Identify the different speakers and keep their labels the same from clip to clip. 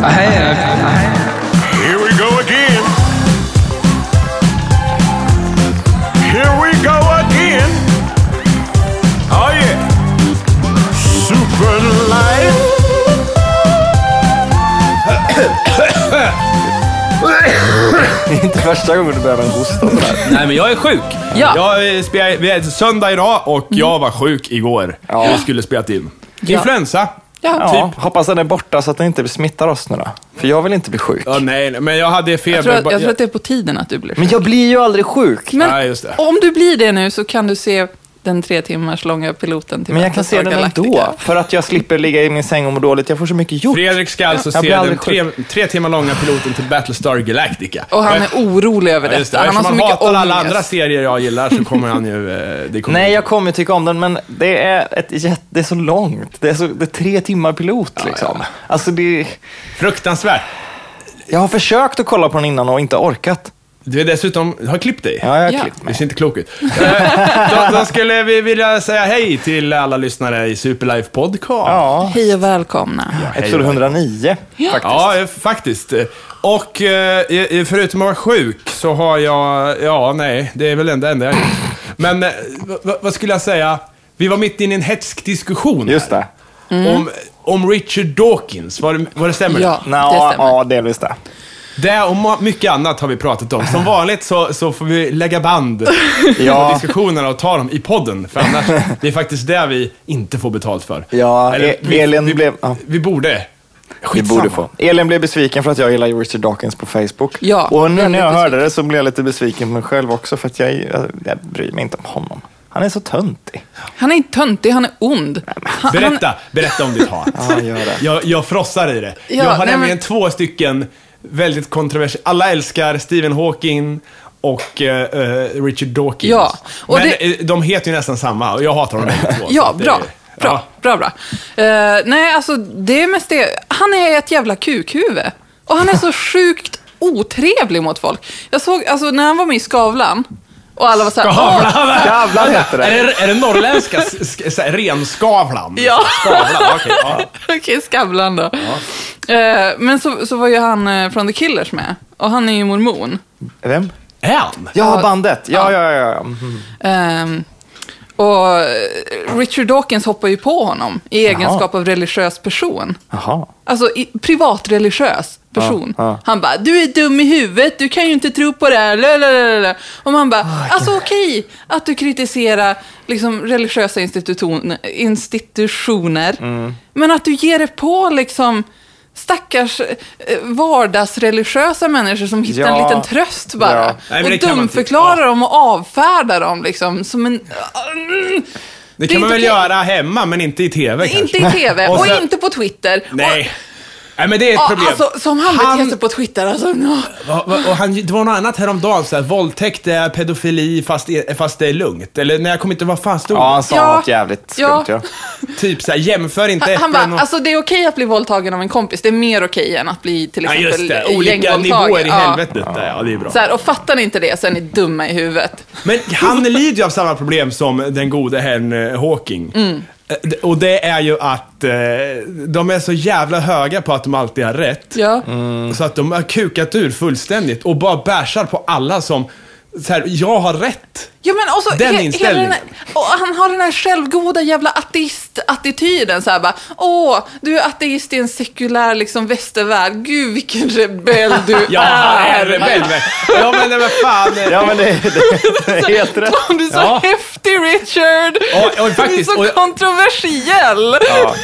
Speaker 1: Nej,
Speaker 2: Here we go again. Here we go again. Oh yeah. Super life.
Speaker 3: Inte första gången du behöver en hosta sådär.
Speaker 4: Nej, men jag är sjuk.
Speaker 1: ja. Mm.
Speaker 2: Jag eh, spelar, vi är söndag idag och jag var sjuk igår.
Speaker 3: Ja.
Speaker 2: Vi skulle spelat in.
Speaker 1: Ja.
Speaker 2: Influensa.
Speaker 1: ja. typ.
Speaker 3: Ja, Typ, hoppas den är borta så att den inte smittar oss nu då. För jag vill inte bli sjuk.
Speaker 2: Ja, nej, nej, men jag hade feber.
Speaker 1: Jag tror, att,
Speaker 2: Bara-
Speaker 1: jag tror att det är på tiden att du blir
Speaker 3: Men
Speaker 1: sjuk.
Speaker 3: jag blir ju aldrig sjuk.
Speaker 1: Men
Speaker 2: Nej, just det.
Speaker 1: om du blir det nu så kan du se den tre timmars långa piloten till
Speaker 3: Men jag kan se den
Speaker 1: Battlestar Galactica.
Speaker 3: ändå. För att jag slipper ligga i min säng och må dåligt. Jag får så mycket gjort.
Speaker 2: Fredrik ska alltså
Speaker 3: Jag
Speaker 2: se
Speaker 3: blir
Speaker 2: den
Speaker 3: aldrig
Speaker 2: tre, tre timmar långa piloten till Battlestar Galactica.
Speaker 1: Och han är orolig över
Speaker 2: Ja, just det.
Speaker 1: detta. Han har
Speaker 2: Eftersom
Speaker 1: så
Speaker 2: han
Speaker 1: mycket
Speaker 2: hatar
Speaker 1: ångest.
Speaker 2: alla andra serier jag gillar så kommer han ju... eh, Det kommer
Speaker 3: Nej, jag kommer tycka om den, men det är, ett jätte, det är så långt. Det är, så, det är tre timmar pilot liksom. Alltså det,
Speaker 2: Fruktansvärt.
Speaker 3: jag har försökt att kolla på den innan och inte orkat.
Speaker 2: Du är dessutom... Har klippt dig?
Speaker 3: Ja, jag har
Speaker 1: Ja.
Speaker 3: klippt
Speaker 2: Det
Speaker 3: mig.
Speaker 2: ser inte klok ut. Eh, då, då skulle vi vilja säga hej till alla lyssnare i Superlife Podcast.
Speaker 3: Ja,
Speaker 1: Hej och välkomna.
Speaker 3: episod 109 faktiskt.
Speaker 2: Ja, eh, faktiskt. Och eh, i- i- förutom att vara sjuk så har jag, ja nej, det är väl det enda enda jag har gjort. Men eh, v- v- vad skulle jag säga? Vi var mitt inne i en hätsk diskussion
Speaker 3: Just det.
Speaker 2: här. om, om Richard Dawkins. Var det, var det stämmer?
Speaker 1: Ja,
Speaker 3: Nå,
Speaker 1: det stämmer.
Speaker 3: ja, delvis det.
Speaker 2: Det och ma- mycket annat har vi pratat om. Som vanligt så, så får vi lägga band på
Speaker 3: Ja,
Speaker 2: diskussionerna och ta dem i podden. För annars, det är faktiskt det vi inte får betalt för.
Speaker 3: Ja, E- Elin
Speaker 2: vi,
Speaker 3: blev- ja.
Speaker 2: Vi borde.
Speaker 3: vi
Speaker 2: Skitsamma.
Speaker 3: borde få. Elin blev besviken för att jag gillar Richard Dawkins på Facebook.
Speaker 1: Ja,
Speaker 3: och nu när
Speaker 1: väldigt
Speaker 3: jag hörde det så blev jag lite besviken på mig själv också för att jag, jag, jag bryr mig inte om honom. Han är så töntig.
Speaker 1: Han är inte töntig, han är ond. Han,
Speaker 2: Berätta, berätta om ditt hat.
Speaker 3: Ja, gör det.
Speaker 2: Jag, jag frossar i det.
Speaker 1: Ja,
Speaker 2: jag har
Speaker 1: nej,
Speaker 2: nämligen
Speaker 1: men-
Speaker 2: två stycken väldigt kontroversiella. Alla älskar Stephen Hawking och eh, eh, Richard Dawkins.
Speaker 1: Ja, och
Speaker 2: Men
Speaker 1: det-
Speaker 2: eh, de heter ju nästan samma och jag hatar dem båda två. så
Speaker 1: Ja,
Speaker 2: att det-
Speaker 1: bra. Bra,
Speaker 2: Ja.
Speaker 1: bra, bra. Eh, nej, alltså det är mest det. Han är ett jävla kukhuvud. Och han är så sjukt otrevlig mot folk. Jag såg, alltså när han var med i Skavlan och alla var så här... "Åh,
Speaker 3: Jävlar heter det.
Speaker 2: Är det, är det norrländska s- sk- så här, renskavlan?
Speaker 1: Ja.
Speaker 2: Skavlan, okej. ja.
Speaker 1: Okej, Skavlan då. Eh, men så, så var ju han eh, från The Killers med. Och han är ju mormon.
Speaker 3: Vem?
Speaker 2: Är han?
Speaker 3: Ja,
Speaker 1: Ja.
Speaker 3: bandet. Ja,
Speaker 1: Ja.
Speaker 3: ja, ja. ja. Mhm.
Speaker 1: Ehm, och eh, Richard Dawkins hoppar ju på honom i egenskap av religiös person.
Speaker 3: Jaha.
Speaker 1: Alltså i, privatreligiös person.
Speaker 3: Ja, ja.
Speaker 1: Han bara, du är dum i huvudet, du kan ju inte tro på det här. lalalala." Och man bara,
Speaker 3: Ah,
Speaker 1: alltså okej att du kritiserar liksom, religiösa institution, institutioner.
Speaker 3: Mm.
Speaker 1: Men att du ger dig på liksom stackars eh, vardagsreligiösa människor som hittar en
Speaker 3: Ja.
Speaker 1: liten tröst bara.
Speaker 3: Ja.
Speaker 2: Nej, men det
Speaker 1: och
Speaker 2: kan man inte-
Speaker 1: dumförklarar dem och avfärdar dem liksom som en... Mm.
Speaker 2: Det kan
Speaker 1: är
Speaker 2: man väl
Speaker 1: inte okej.
Speaker 2: göra hemma, men inte i TV kanske?
Speaker 1: Inte i TV
Speaker 2: Och
Speaker 1: och,
Speaker 2: sen-
Speaker 1: inte på Twitter. Och,
Speaker 2: Nej. Nej, men det är ett
Speaker 1: Ja,
Speaker 2: problem.
Speaker 1: Alltså, som han beter sig på Twitter, alltså. nå.
Speaker 2: Va- va- Och han, det var något annat häromdagen, så här, våldtäkt är pedofili fast, är- fast det är lugnt. Eller när jag kommer inte vad fan stod
Speaker 3: Ja,
Speaker 2: det?
Speaker 3: han sa
Speaker 1: Ja.
Speaker 3: något jävligt skumt
Speaker 1: Ja.
Speaker 3: ja.
Speaker 2: Typ så här, jämför inte
Speaker 1: Han, han
Speaker 2: äpplen
Speaker 1: bara,
Speaker 2: och...
Speaker 1: alltså det är okej att bli våldtagen av en kompis, det är mer okej än att bli till
Speaker 2: Ja,
Speaker 1: exempel
Speaker 2: just det. Olika
Speaker 1: gängvåldtagen.
Speaker 2: nivåer i
Speaker 1: Ja.
Speaker 2: helvetet. Ja, ja det är bra.
Speaker 1: Så här, och fattar ni inte det så är ni dumma i huvudet.
Speaker 2: Men han lider ju av samma problem som den gode herrn eh, Hawking. Eh, d- Och det är ju att eh, de är så jävla höga på att de alltid har rätt.
Speaker 1: Ja.
Speaker 2: Så att de har kukat ur fullständigt och bara bärsar på alla som, så här, jag har rätt.
Speaker 1: Ja, men också,
Speaker 2: Den
Speaker 1: hela
Speaker 2: inställningen.
Speaker 1: den här- och han har den här självgoda jävla ateist-attityden. Så här bara, åh, du är ateist i en sekulär liksom, västervärld. Gud, vilken rebell du
Speaker 2: Jag är rebell. men- Ja men nej, men fan. eh,
Speaker 3: Ja, men det, det, det är helt rätt.
Speaker 1: Du är så
Speaker 2: Ja.
Speaker 1: häftig, Richard!
Speaker 2: Och- och faktiskt-
Speaker 1: du är så
Speaker 2: och-
Speaker 1: kontroversiell!
Speaker 3: Ja.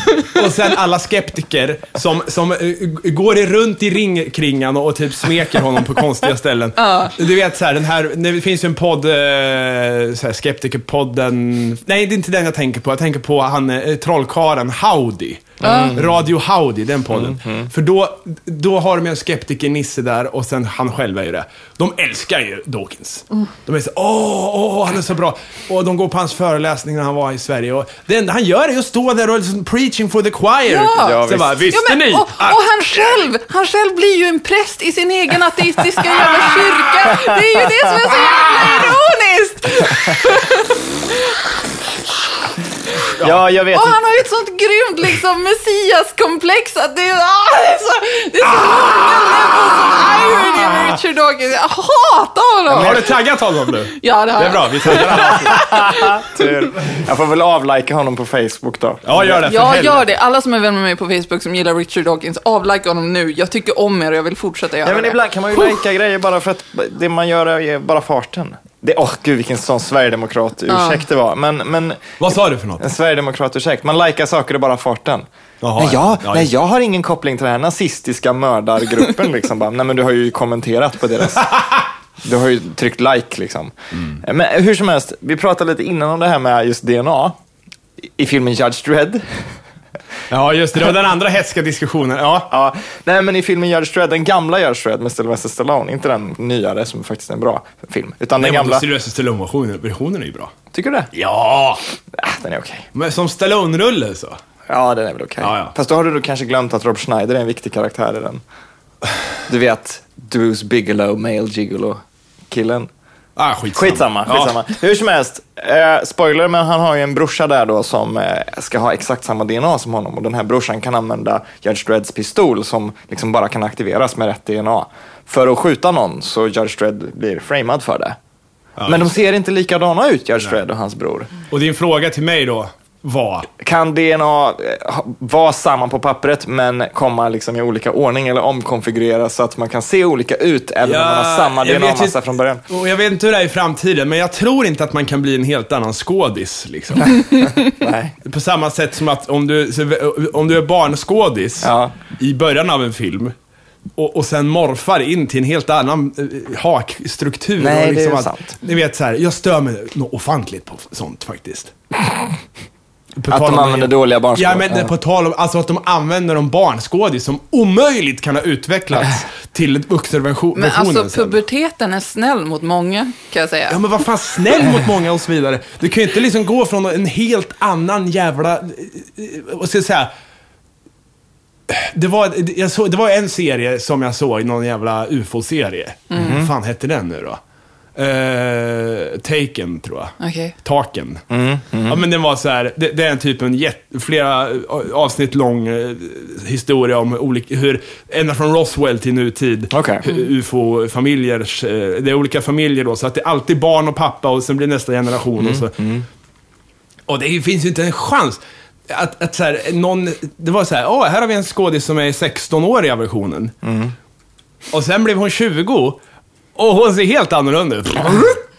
Speaker 2: Och sen alla skeptiker som, som eh, g- går i runt i ring kring han och, och typ smeker honom på konstiga ställen.
Speaker 1: Ja.
Speaker 2: Du vet så här, den här, det finns ju en podd, eh, så här, skeptikerpodden, nej det är inte den jag tänker på, jag tänker på han eh, trollkaren Howdy. Mm.
Speaker 3: Mm.
Speaker 2: Radio Howdy, den podden. För då, då har de ju en skeptiker-Nisse där och sen han själv är ju det. De älskar ju Dawkins.
Speaker 1: Mm.
Speaker 2: De är så åh, åh, han är så bra. Och de går på hans föreläsning när han var i Sverige. Och det enda han gör är att stå där och liksom preaching for the choir.
Speaker 1: Ja.
Speaker 3: Ja,
Speaker 2: så jag bara,
Speaker 3: visst.
Speaker 2: visste
Speaker 1: Ja, men,
Speaker 2: ni? Ah.
Speaker 1: och, och
Speaker 2: att-
Speaker 1: han själv, han själv blir ju en präst i sin egen ateistiska jävla kyrka. Det är ju det som är så jävla ironiskt!
Speaker 3: Ja, jag vet
Speaker 1: Och
Speaker 3: inte.
Speaker 1: han har ju ett sånt grymt liksom messiaskomplex att det är, ah, det är så, det är så tag i Jag hatar honom!
Speaker 2: Har du taggat honom nu?
Speaker 1: Ja, det har
Speaker 2: Det är
Speaker 1: jag.
Speaker 2: bra, vi taggar honom.
Speaker 3: Tur. Jag får väl avlika honom på Facebook då.
Speaker 2: Ja, gör det för
Speaker 1: Jag
Speaker 2: helvete.
Speaker 1: gör det. Alla som är vänner med mig på Facebook som gillar Richard Dawkins, avlike honom nu. Jag tycker om er och jag vill fortsätta göra
Speaker 3: Ja, men
Speaker 1: det.
Speaker 3: ibland kan man ju lajka grejer bara för att det man gör är bara farten. Det, åh gud, vilken sån sverigedemokrat-ursäkt det var. Men, men
Speaker 2: Vad sa du för något?
Speaker 3: en sverigedemokrat-ursäkt, man likar saker och bara farten.
Speaker 2: Jaha,
Speaker 3: nej, jag,
Speaker 2: ja. Ja,
Speaker 3: nej,
Speaker 2: just.
Speaker 3: jag har ingen koppling till den här nazistiska mördargruppen. liksom, bara, nej, men du har ju kommenterat på deras... Du har ju tryckt like liksom.
Speaker 2: Mm.
Speaker 3: Men hur som helst, vi pratade lite innan om det här med just DNA i filmen Judge Dredd.
Speaker 2: Ja, just det. Det var den andra hätska diskussionen. Ja.
Speaker 3: Ja, nej men i filmen Judge Dredd, den gamla Judge Dredd med Sylvester Stallone, inte den nyare som faktiskt är en bra film, utan den
Speaker 2: Nej, men
Speaker 3: gamla.
Speaker 2: Sylvester Stallone-versionen är ju bra.
Speaker 3: Tycker du det?
Speaker 2: Ja!
Speaker 3: Ah, den är okej.
Speaker 2: Men som Stallone-rulle så.
Speaker 3: Ja, den är väl okej.
Speaker 2: Ja, ja.
Speaker 3: Fast då har du då kanske glömt att Rob Schneider är en viktig karaktär i den. Du vet, Bruce Bigelow, male gigolo-killen.
Speaker 2: Ah, skitsamma.
Speaker 3: Skitsamma, skitsamma. Hur som helst, eh, spoiler, men han har ju en brorsa där då som eh, ska ha exakt samma DNA som honom. Och den här brorsan kan använda Judge Dredds pistol som liksom bara kan aktiveras med rätt DNA. För att skjuta någon så Judge Dredd blir framad för det. men de ser inte likadana ut, Judge Dredd och hans bror.
Speaker 2: Ja. Och din fråga till mig då var?
Speaker 3: Kan DNA eh, ha- vara samma på pappret men komma liksom i olika ordning eller omkonfigureras så att man kan se olika ut även om man har samma
Speaker 2: jag vet
Speaker 3: DNA-massa
Speaker 2: inte-
Speaker 3: från början?
Speaker 2: Och jag vet inte hur det är i framtiden, men jag tror inte att man kan bli en helt annan skådis. Liksom.
Speaker 3: Nej.
Speaker 2: På samma sätt som att om du, om du är barnskådis
Speaker 3: Ja.
Speaker 2: i början av en film och, och sen morfar in till en helt annan eh, hakstruktur.
Speaker 3: Nej,
Speaker 2: och liksom
Speaker 3: det är
Speaker 2: att,
Speaker 3: sant.
Speaker 2: Ni vet så här, jag stör mig nog ofantligt på sånt faktiskt. På
Speaker 3: Att
Speaker 2: tal
Speaker 3: de
Speaker 2: om-
Speaker 3: använder dåliga barnskådisar.
Speaker 2: Ja, men det, på tal om alltså att de använder en barnskådis som omöjligt kan ha utvecklats till vuxenversionen.
Speaker 1: Men alltså,
Speaker 2: sen.
Speaker 1: puberteten är snäll mot många, kan jag säga.
Speaker 2: Ja men vad fan, snäll mot många och så vidare. Du kan ju inte liksom gå från en helt annan jävla... eh, eh, Vad ska jag säga? Det var, jag såg, det var en serie som jag såg, någon jävla ufo-serie. Vad fan hette den nu då? Eh, Taken, tror jag.
Speaker 1: Okej.
Speaker 2: Taken. Ja, men den var så här, det, det är en typ en jätt, flera eh, avsnitt lång eh, historia om olika, hur, ända från Roswell till nutid,
Speaker 3: Okej.
Speaker 2: hur ufo-familjers, eh, det är olika familjer då, så att det är alltid barn och pappa och sen blir nästa generation och så. Och det finns ju inte en chans. Att, att så här, någon, det var så här, åh, här har vi en skådis som är i 16-åriga versionen. Och sen blev hon 20 och hon ser helt annorlunda ut.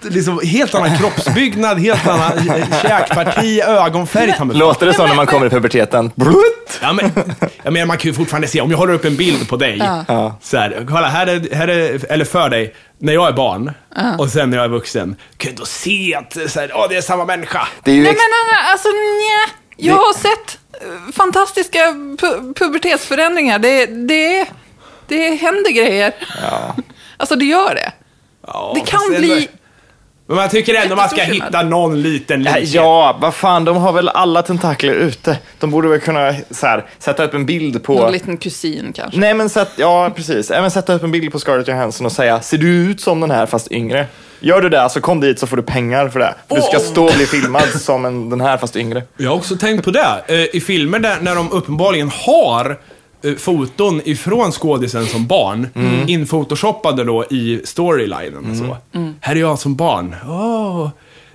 Speaker 2: Liksom, helt annan kroppsbyggnad, helt annan eh, käkparti, ögonfärg. ta mig fan.
Speaker 3: Låter det så när man kommer i puberteten? Brutt!
Speaker 2: Ja, men, jag menar, man kan ju fortfarande se, om jag håller upp en bild på dig,
Speaker 3: Ja.
Speaker 2: så här, kolla, här är, här är, eller för dig, när jag är barn och sen när jag är vuxen, kan du ändå se att så här, åh, det är samma människa.
Speaker 3: Det är ju
Speaker 1: Nej,
Speaker 3: ex-
Speaker 1: men Anna, alltså nja. Jag har sett eh, fantastiska pu pubertetsförändringar. Det, det, det händer grejer. Alltså, det gör det.
Speaker 2: Ja,
Speaker 1: Det kan
Speaker 2: fast ändå-
Speaker 1: bli...
Speaker 2: Men man tycker ändå man ska
Speaker 1: Jättestor skillnad.
Speaker 2: hitta någon liten
Speaker 3: Ja,
Speaker 2: likhet.
Speaker 3: Ja, vad fan, de har väl alla tentakler ute. De borde väl kunna så här, sätta upp en bild på...
Speaker 1: Någon liten kusin kanske.
Speaker 3: Nej, men sätt, ja, precis. Även sätta upp en bild på Scarlett Johansson och säga, ser du ut som den här fast yngre? Gör du det, så kom dit så får du pengar för det. För Du ska
Speaker 2: Åh!
Speaker 3: stå och bli filmad som en, den här fast yngre.
Speaker 2: Jag har också tänkt på det. Eh, I filmer där, när de uppenbarligen har eh, foton ifrån skådisen som barn,
Speaker 3: Mm.
Speaker 2: infotoshoppade då i storylinen och så.
Speaker 3: Mm.
Speaker 2: Här är jag som barn. Åh,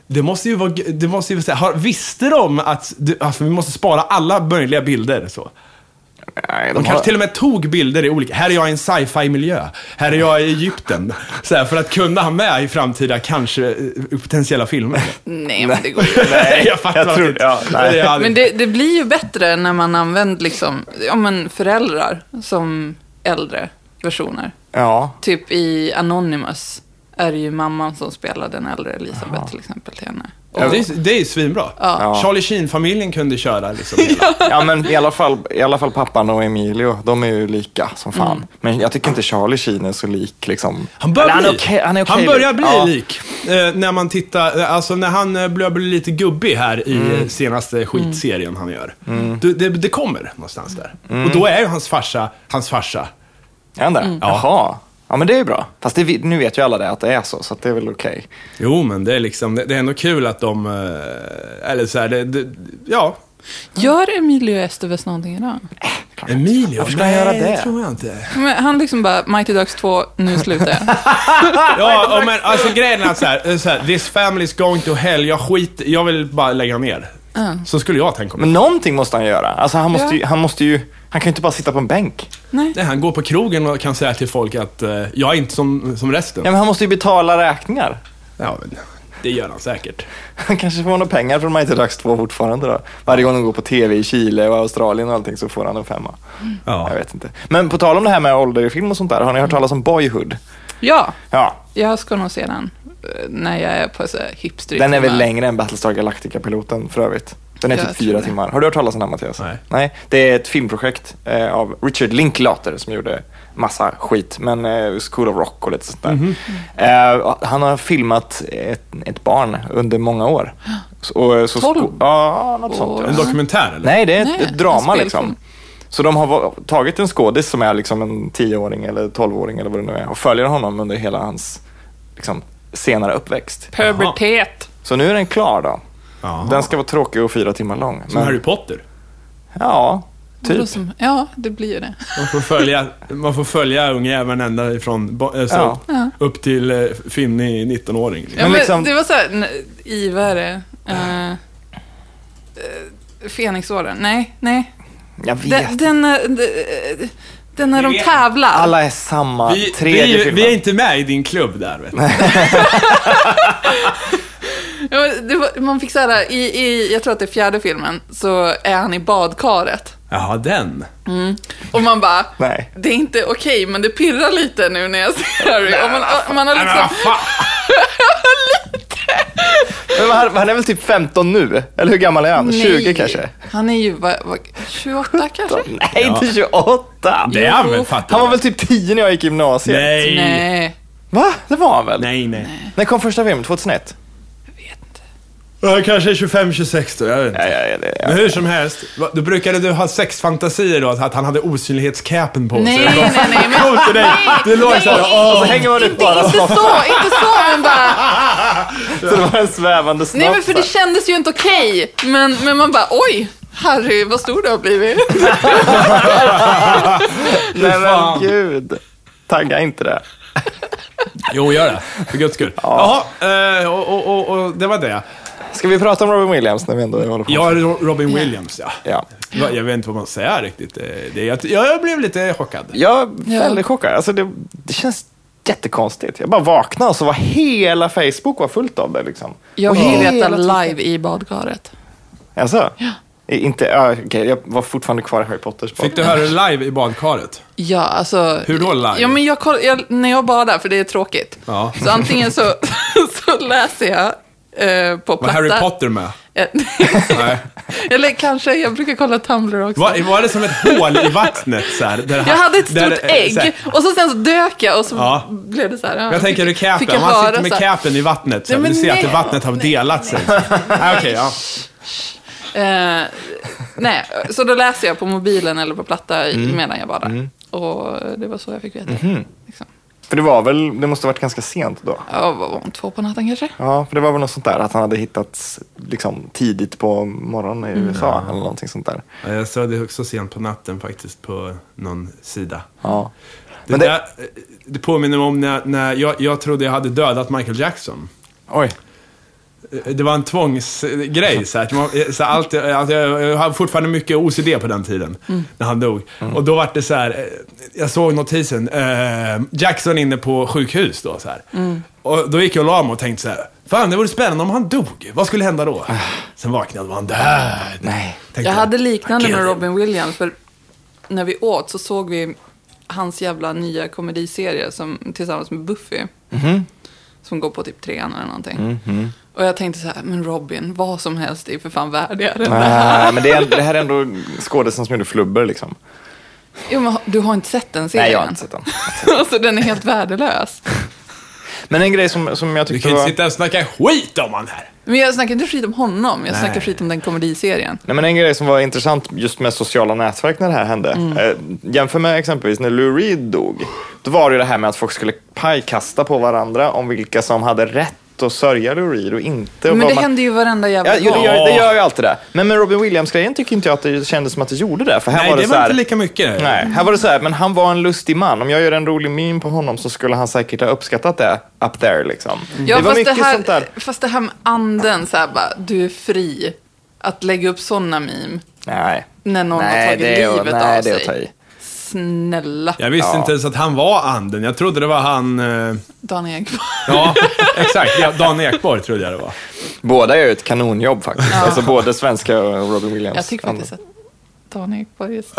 Speaker 2: Det måste ju vara, g- det måste ju vara, så här, har- visste de att, du- alltså, vi måste spara alla möjliga bilder så?
Speaker 3: Nej,
Speaker 2: De kanske till och med tog bilder i olika, här är jag i en sci-fi miljö, här är jag i Egypten. Så här, för att kunna ha med i framtida, kanske, eh, potentiella filmer.
Speaker 1: Nej, men det går ju.
Speaker 3: Nej,
Speaker 2: jag fattar
Speaker 3: jag tror-
Speaker 2: inte.
Speaker 3: ja, nej.
Speaker 2: Det hade-
Speaker 1: Men det, det blir ju bättre när man använder liksom, ja, men föräldrar som äldre versioner.
Speaker 3: Ja,
Speaker 1: Typ i Anonymous är det ju mamman som spelar den äldre Elisabeth till exempel till henne. Och,
Speaker 2: Ja, det, är, det är ju svinbra.
Speaker 3: Ja.
Speaker 2: Charlie Sheen-familjen kunde köra liksom hela.
Speaker 3: ja men i alla, fall, i alla fall pappan och Emilio, de är ju lika som fan. Men jag tycker inte Charlie Sheen är så lik liksom.
Speaker 2: Han börjar bli,
Speaker 3: Eller han är okej- han är okej
Speaker 2: han börjar
Speaker 3: lik.
Speaker 2: bli
Speaker 3: Ja.
Speaker 2: lik. Eh, när man tittar, eh, alltså när han eh, börjar bli lite gubbig här
Speaker 3: Mm.
Speaker 2: i eh, senaste skitserien han gör. Du, det, det kommer någonstans där.
Speaker 3: Mm.
Speaker 2: Och då är ju hans farsa, hans farsa.
Speaker 3: Är han det?
Speaker 2: Mm.
Speaker 3: Jaha. Ja, men det är ju bra. Fast det, vi- nu vet ju alla det att det är så, så att det är väl okej.
Speaker 2: Jo, men det är liksom, det, det är ändå kul att de, eh, eller så här, det, det, ja.
Speaker 1: Gör Emilio Estevez någonting idag?
Speaker 2: Emilio?
Speaker 3: Varför ska han göra det?
Speaker 2: det tror jag inte.
Speaker 1: Men han liksom bara, Mighty Ducks 2, nu slutar jag.
Speaker 2: Ja, men alltså grejen är att så här, så här, this family is going to hell, jag skit, jag vill bara lägga ner. Så skulle jag tänka om det.
Speaker 3: Men någonting måste han göra. Alltså han måste,
Speaker 1: Ja.
Speaker 3: ju, han måste ju... Han kan ju inte bara sitta på en bänk.
Speaker 1: Nej.
Speaker 2: Nej, han går på krogen och kan säga till folk att eh, jag är inte som, som resten.
Speaker 3: Ja, men han måste ju betala räkningar.
Speaker 2: Ja, men det gör han säkert.
Speaker 3: Han kanske får några pengar från Mighty Ducks 2 fortfarande då. Varje gång de går på TV i Chile och Australien och allting så får han en femma.
Speaker 2: Ja.
Speaker 3: Jag vet inte. Men på tal om det här med ålder i film och sånt där. Har ni hört talas om Boyhood?
Speaker 1: Ja,
Speaker 3: Ja,
Speaker 1: jag ska nog se den eh, när jag är på så här hipster.
Speaker 3: Den är väl längre än Battlestar Galactica-piloten för övrigt. Den är
Speaker 1: Jag
Speaker 3: typ
Speaker 1: tror
Speaker 3: fyra
Speaker 1: det.
Speaker 3: timmar. Har du hört talas om den Mattias?
Speaker 2: Nej.
Speaker 3: Det är ett filmprojekt eh, av Richard Linklater som gjorde massa skit, men eh, School of Rock och lite sånt där.
Speaker 1: Mhm.
Speaker 3: Eh, han har filmat ett, ett barn under många år. Så, och, eh, så
Speaker 1: Tolv?
Speaker 3: sko- Ja, något sånt.
Speaker 1: Åh.
Speaker 3: Ja.
Speaker 2: En dokumentär eller?
Speaker 3: Nej, det är ett,
Speaker 1: Nej,
Speaker 3: ett drama
Speaker 1: en
Speaker 3: liksom.
Speaker 1: spelfilm.
Speaker 3: Så de har va- tagit en skådis som är liksom en tioåring eller tolvåring eller vad det nu är och följer honom under hela hans liksom, senare uppväxt.
Speaker 1: Pubertet.
Speaker 3: Så nu är den klar då.
Speaker 2: Jaha.
Speaker 3: Den ska vara tråkig och fyra timmar lång.
Speaker 2: Som Harry Potter.
Speaker 3: Ja,
Speaker 1: Vadå
Speaker 3: typ.
Speaker 1: som- Ja, det blir ju det.
Speaker 2: Man får följa, man får följa ungjäveln ända ifrån bo- eh, så,
Speaker 3: Ja.
Speaker 1: Ja.
Speaker 2: upp till eh, finnig 19-åring. liksom.
Speaker 1: Ja, men
Speaker 3: liksom-
Speaker 1: Det var så här, n- Ivare. Uh, Fenixorden. Nej, nej.
Speaker 3: Jag vet.
Speaker 1: Den, den, är- d- eh, den när de tävlar.
Speaker 3: Alla är samma.
Speaker 2: Vi,
Speaker 3: Tredje
Speaker 2: vi,
Speaker 3: filmen.
Speaker 2: vi är inte med i din klubb där vet du.
Speaker 1: Ja, men det var, man fick så här, i, i, jag tror att det är fjärde filmen, så är han i badkaret.
Speaker 2: Jaha, den.
Speaker 1: Och man bara,
Speaker 3: Nej.
Speaker 1: det är inte okej, men det pirrar lite nu när jag ser Harry. Och man, och man har
Speaker 2: Nej, men vad
Speaker 1: liksom,
Speaker 2: fan.
Speaker 3: Men han, han är väl typ 15 nu? Eller hur gammal är han? 20 kanske?
Speaker 1: Han är ju, vad, vad, 28 kanske?
Speaker 3: Nej, inte 28!
Speaker 2: Det är han väl fattar
Speaker 3: Han var
Speaker 2: du?
Speaker 3: väl typ 10 när jag gick i gymnasiet?
Speaker 2: Nej. Nej.
Speaker 1: Nej,
Speaker 3: Va? Det var han väl?
Speaker 2: Nej, nej.
Speaker 3: När kom första filmen? 2001?
Speaker 1: jag vet inte.
Speaker 2: Ja, Kanske 25-26 då, jag vet inte.
Speaker 3: Ja, ja, ja, det, ja.
Speaker 2: Men hur som helst, va- då brukade du ha sexfantasier då, att han hade osynlighetscapen på sig.
Speaker 1: Nej, nej, nej, men-
Speaker 2: Kom till dig. Du låg såhär,
Speaker 1: nej.
Speaker 2: åh.
Speaker 3: Och så hänger man ut bara
Speaker 1: Inte
Speaker 3: snoppen.
Speaker 1: så, inte så, men bara,
Speaker 3: Så det var en svävande snopp.
Speaker 1: nej men för det
Speaker 3: så
Speaker 1: kändes ju inte okej. Men, men man bara, oj, Harry, vad stor du har blivit.
Speaker 3: här. Nej
Speaker 2: fan.
Speaker 3: men gud. Tagga inte det.
Speaker 2: Jo, gör det. För guds skull. Jaha, eh, och, och, och, och det var det.
Speaker 3: Ska vi prata om Robin Williams när vi ändå håller på?
Speaker 2: Ja, Ro- Robin Williams ja.
Speaker 3: ja.
Speaker 2: Va- Jag vet inte vad man säger riktigt. Eh, Det, jag, jag blev lite chockad.
Speaker 3: Jag är
Speaker 1: Ja.
Speaker 3: väldigt chockad. Alltså det, det känns jättekonstigt. Jag bara vaknade och så var hela Facebook var fullt av det. Liksom.
Speaker 1: Jag
Speaker 3: och
Speaker 1: vill
Speaker 3: hela
Speaker 1: veta
Speaker 3: Twitter.
Speaker 1: live i badkaret.
Speaker 3: Alltså? I- Inte, ja, okej, jag var fortfarande kvar i Harry Potters
Speaker 2: Fick
Speaker 3: båt.
Speaker 2: du höra det live i badkaret?
Speaker 1: Ja, alltså...
Speaker 2: Hur då live?
Speaker 1: Ja, men jag koll, jag, när jag badar, för det är tråkigt.
Speaker 2: Ja.
Speaker 1: Så antingen så, så läser jag eh, på
Speaker 2: Var
Speaker 1: platta.
Speaker 2: Harry Potter med?
Speaker 1: Eh,
Speaker 2: Nej.
Speaker 1: Eller kanske, jag brukar kolla Tumblr också.
Speaker 2: Var, var det som ett hål i vattnet så här, där
Speaker 1: Jag hade ett
Speaker 2: där-
Speaker 1: stort
Speaker 2: eh, så här-
Speaker 1: ägg och så sen så dök jag och så
Speaker 2: Ja.
Speaker 1: blev det så här. ja,
Speaker 2: Jag tänker du
Speaker 1: fick
Speaker 2: capen,
Speaker 1: jag
Speaker 2: om han
Speaker 1: vara
Speaker 2: sitter med
Speaker 1: så här.
Speaker 2: capen i vattnet. Så
Speaker 1: Nej,
Speaker 2: här,
Speaker 1: men
Speaker 2: du ser att
Speaker 1: nej.
Speaker 2: det vattnet har delat sig. Nej, Okej, ja.
Speaker 1: Eh, nej, så då läser jag på mobilen eller på platta i-
Speaker 2: Mm.
Speaker 1: medan jag badar. Och det var så jag fick veta.
Speaker 2: Mhm.
Speaker 1: Liksom.
Speaker 3: För det var väl, det måste ha varit ganska sent då.
Speaker 1: Ja, vad var hon? Två på natten kanske?
Speaker 3: Ja, för det var väl något sånt där att han hade hittats liksom, tidigt på morgonen
Speaker 1: Mm.
Speaker 3: i USA eller någonting sånt där.
Speaker 2: Ja, Eh, Jag såg det också sent på natten faktiskt på någon sida.
Speaker 3: Ja.
Speaker 2: Det,
Speaker 3: Men det-
Speaker 2: där, eh, det påminner mig om när, när jag, jag trodde jag hade dödat Michael Jackson.
Speaker 3: Oj.
Speaker 2: Eh, Det var en tvångsgrej. Så här, att man, eh, så här, allt, eh, allt, jag, jag hade fortfarande mycket OCD på den tiden,
Speaker 3: Mm.
Speaker 2: när han dog. Och då var det så här, eh, jag såg notisen, eh, Jackson inne på sjukhus då. Så här.
Speaker 3: Mm.
Speaker 2: Och då gick jag och la mig och tänkte så här, fan det vore spännande om han dog. Vad skulle hända då?
Speaker 3: Ah.
Speaker 2: Sen vaknade han död.
Speaker 3: Nej.
Speaker 2: Tänkte
Speaker 1: Jag hade liknande med
Speaker 2: "Fuck it."
Speaker 1: Robin Williams, för när vi åt så såg vi hans jävla nya komediserie som, tillsammans med Buffy.
Speaker 3: Mhm.
Speaker 1: Som går på typ trean eller någonting. Och jag tänkte så här, men Robin, vad som helst är för fan värdigare än det här.
Speaker 3: Nej, men det, är, det här är ändå skådisen som gjorde flubber liksom.
Speaker 1: Jo, men du har inte sett den serien?
Speaker 3: Nej, jag har inte sett den.
Speaker 1: alltså den är helt värdelös.
Speaker 3: Men en grej som, som jag
Speaker 2: Du
Speaker 3: tyckte
Speaker 2: kan ju
Speaker 3: var...
Speaker 2: inte sitta och snacka skit om han här.
Speaker 1: Men jag snackar inte skit om honom, jag snackar skit om den komediserien.
Speaker 3: Nej, men en grej som var intressant just med sociala nätverk när det här hände.
Speaker 1: Mm.
Speaker 3: Eh, jämför med exempelvis när Lou Reed dog. Då var det ju det här med att folk skulle pajkasta på varandra om vilka som hade rätt rätt att sörja Lou Reed och inte. och
Speaker 1: Men
Speaker 3: vad
Speaker 1: det
Speaker 3: man-
Speaker 1: händer ju varenda jävla
Speaker 3: Ja, jo, det,
Speaker 1: gång.
Speaker 3: gör, det gör ju alltid det. Men med Robin Williams-grejen tycker inte jag att det kändes som att det gjorde det. För här
Speaker 2: Nej,
Speaker 3: var det,
Speaker 2: det
Speaker 3: så
Speaker 2: var
Speaker 3: här,
Speaker 2: inte lika mycket.
Speaker 3: Nej, här var det så här, men han var en lustig man. Om jag gör en rolig meme på honom så skulle han säkert ha uppskattat det up there liksom.
Speaker 1: Ja,
Speaker 3: det var
Speaker 1: fast,
Speaker 3: mycket
Speaker 1: det här,
Speaker 3: sånt där.
Speaker 1: fast det här med anden, så här bara, du är fri. Att lägga upp sådana meme
Speaker 3: Nej.
Speaker 1: när någon
Speaker 3: Nej,
Speaker 1: har tagit
Speaker 3: det är-
Speaker 1: livet
Speaker 3: nej,
Speaker 1: av
Speaker 3: det är att
Speaker 1: sig.
Speaker 3: ta i.
Speaker 1: Snälla,
Speaker 2: Jag visste
Speaker 3: Ja.
Speaker 2: inte ens att han var anden. Jag trodde det var han... eh,
Speaker 1: Dan Ekborg.
Speaker 2: Ja, exakt. Ja, Dan Ekborg trodde jag det var.
Speaker 3: Båda gör ju ett kanonjobb faktiskt. Alltså både svenska och Robin Williams.
Speaker 1: Jag tycker faktiskt att Dan Ekborg är